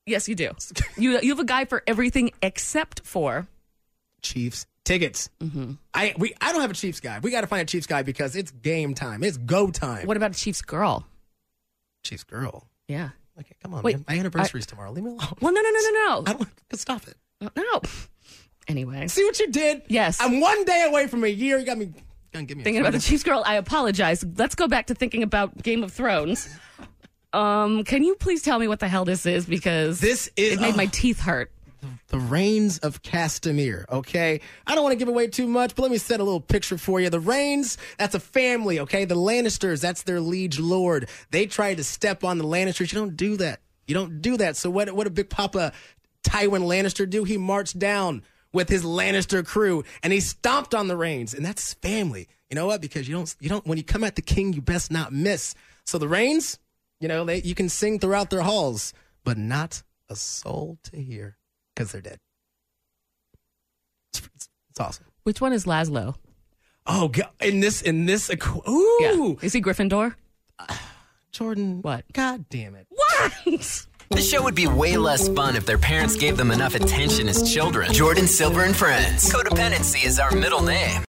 Yes, you do. you you have a guy for everything except for
Chiefs tickets.
Mm-hmm.
I we I don't have a Chiefs guy. We got to find a Chiefs guy because it's game time. It's go time.
What about a Chiefs girl?
Chiefs girl.
Yeah.
Okay, come on.
Wait,
man. My anniversary's tomorrow. Leave me alone.
Well, no, no, no, no, no. I
don't stop it.
Oh, No. Anyway,
See what you did?
Yes.
I'm one day away from a year. You got me. Gonna give me a
thinking about the
friend.
Chiefs girl. I apologize. Let's go back to thinking about Game of Thrones. Um, can you please tell me what the hell this is? Because
This is-
it made my
oh.
teeth hurt.
the reigns of Castamere, okay? I don't want to give away too much, but let me set a little picture for you. The reigns, that's a family, okay? The Lannisters, that's their liege lord. They tried to step on the Lannisters. You don't do that. You don't do that. So what what did Big Papa Tywin Lannister do? He marched down with his Lannister crew and he stomped on the reins. And that's family. You know what? Because you don't you don't when you come at the king, you best not miss. So the reigns, you know, they you can sing throughout their halls, but not a soul to hear because they're dead. It's, it's, it's awesome.
Which one is Laszlo?
Oh, God. in this, in this, equ- ooh,
Is he Gryffindor?
Jordan.
What?
God damn it!
What?
The show would be way less fun if their parents gave them enough attention as children. Jordan Silver and Friends. Codependency is our middle name.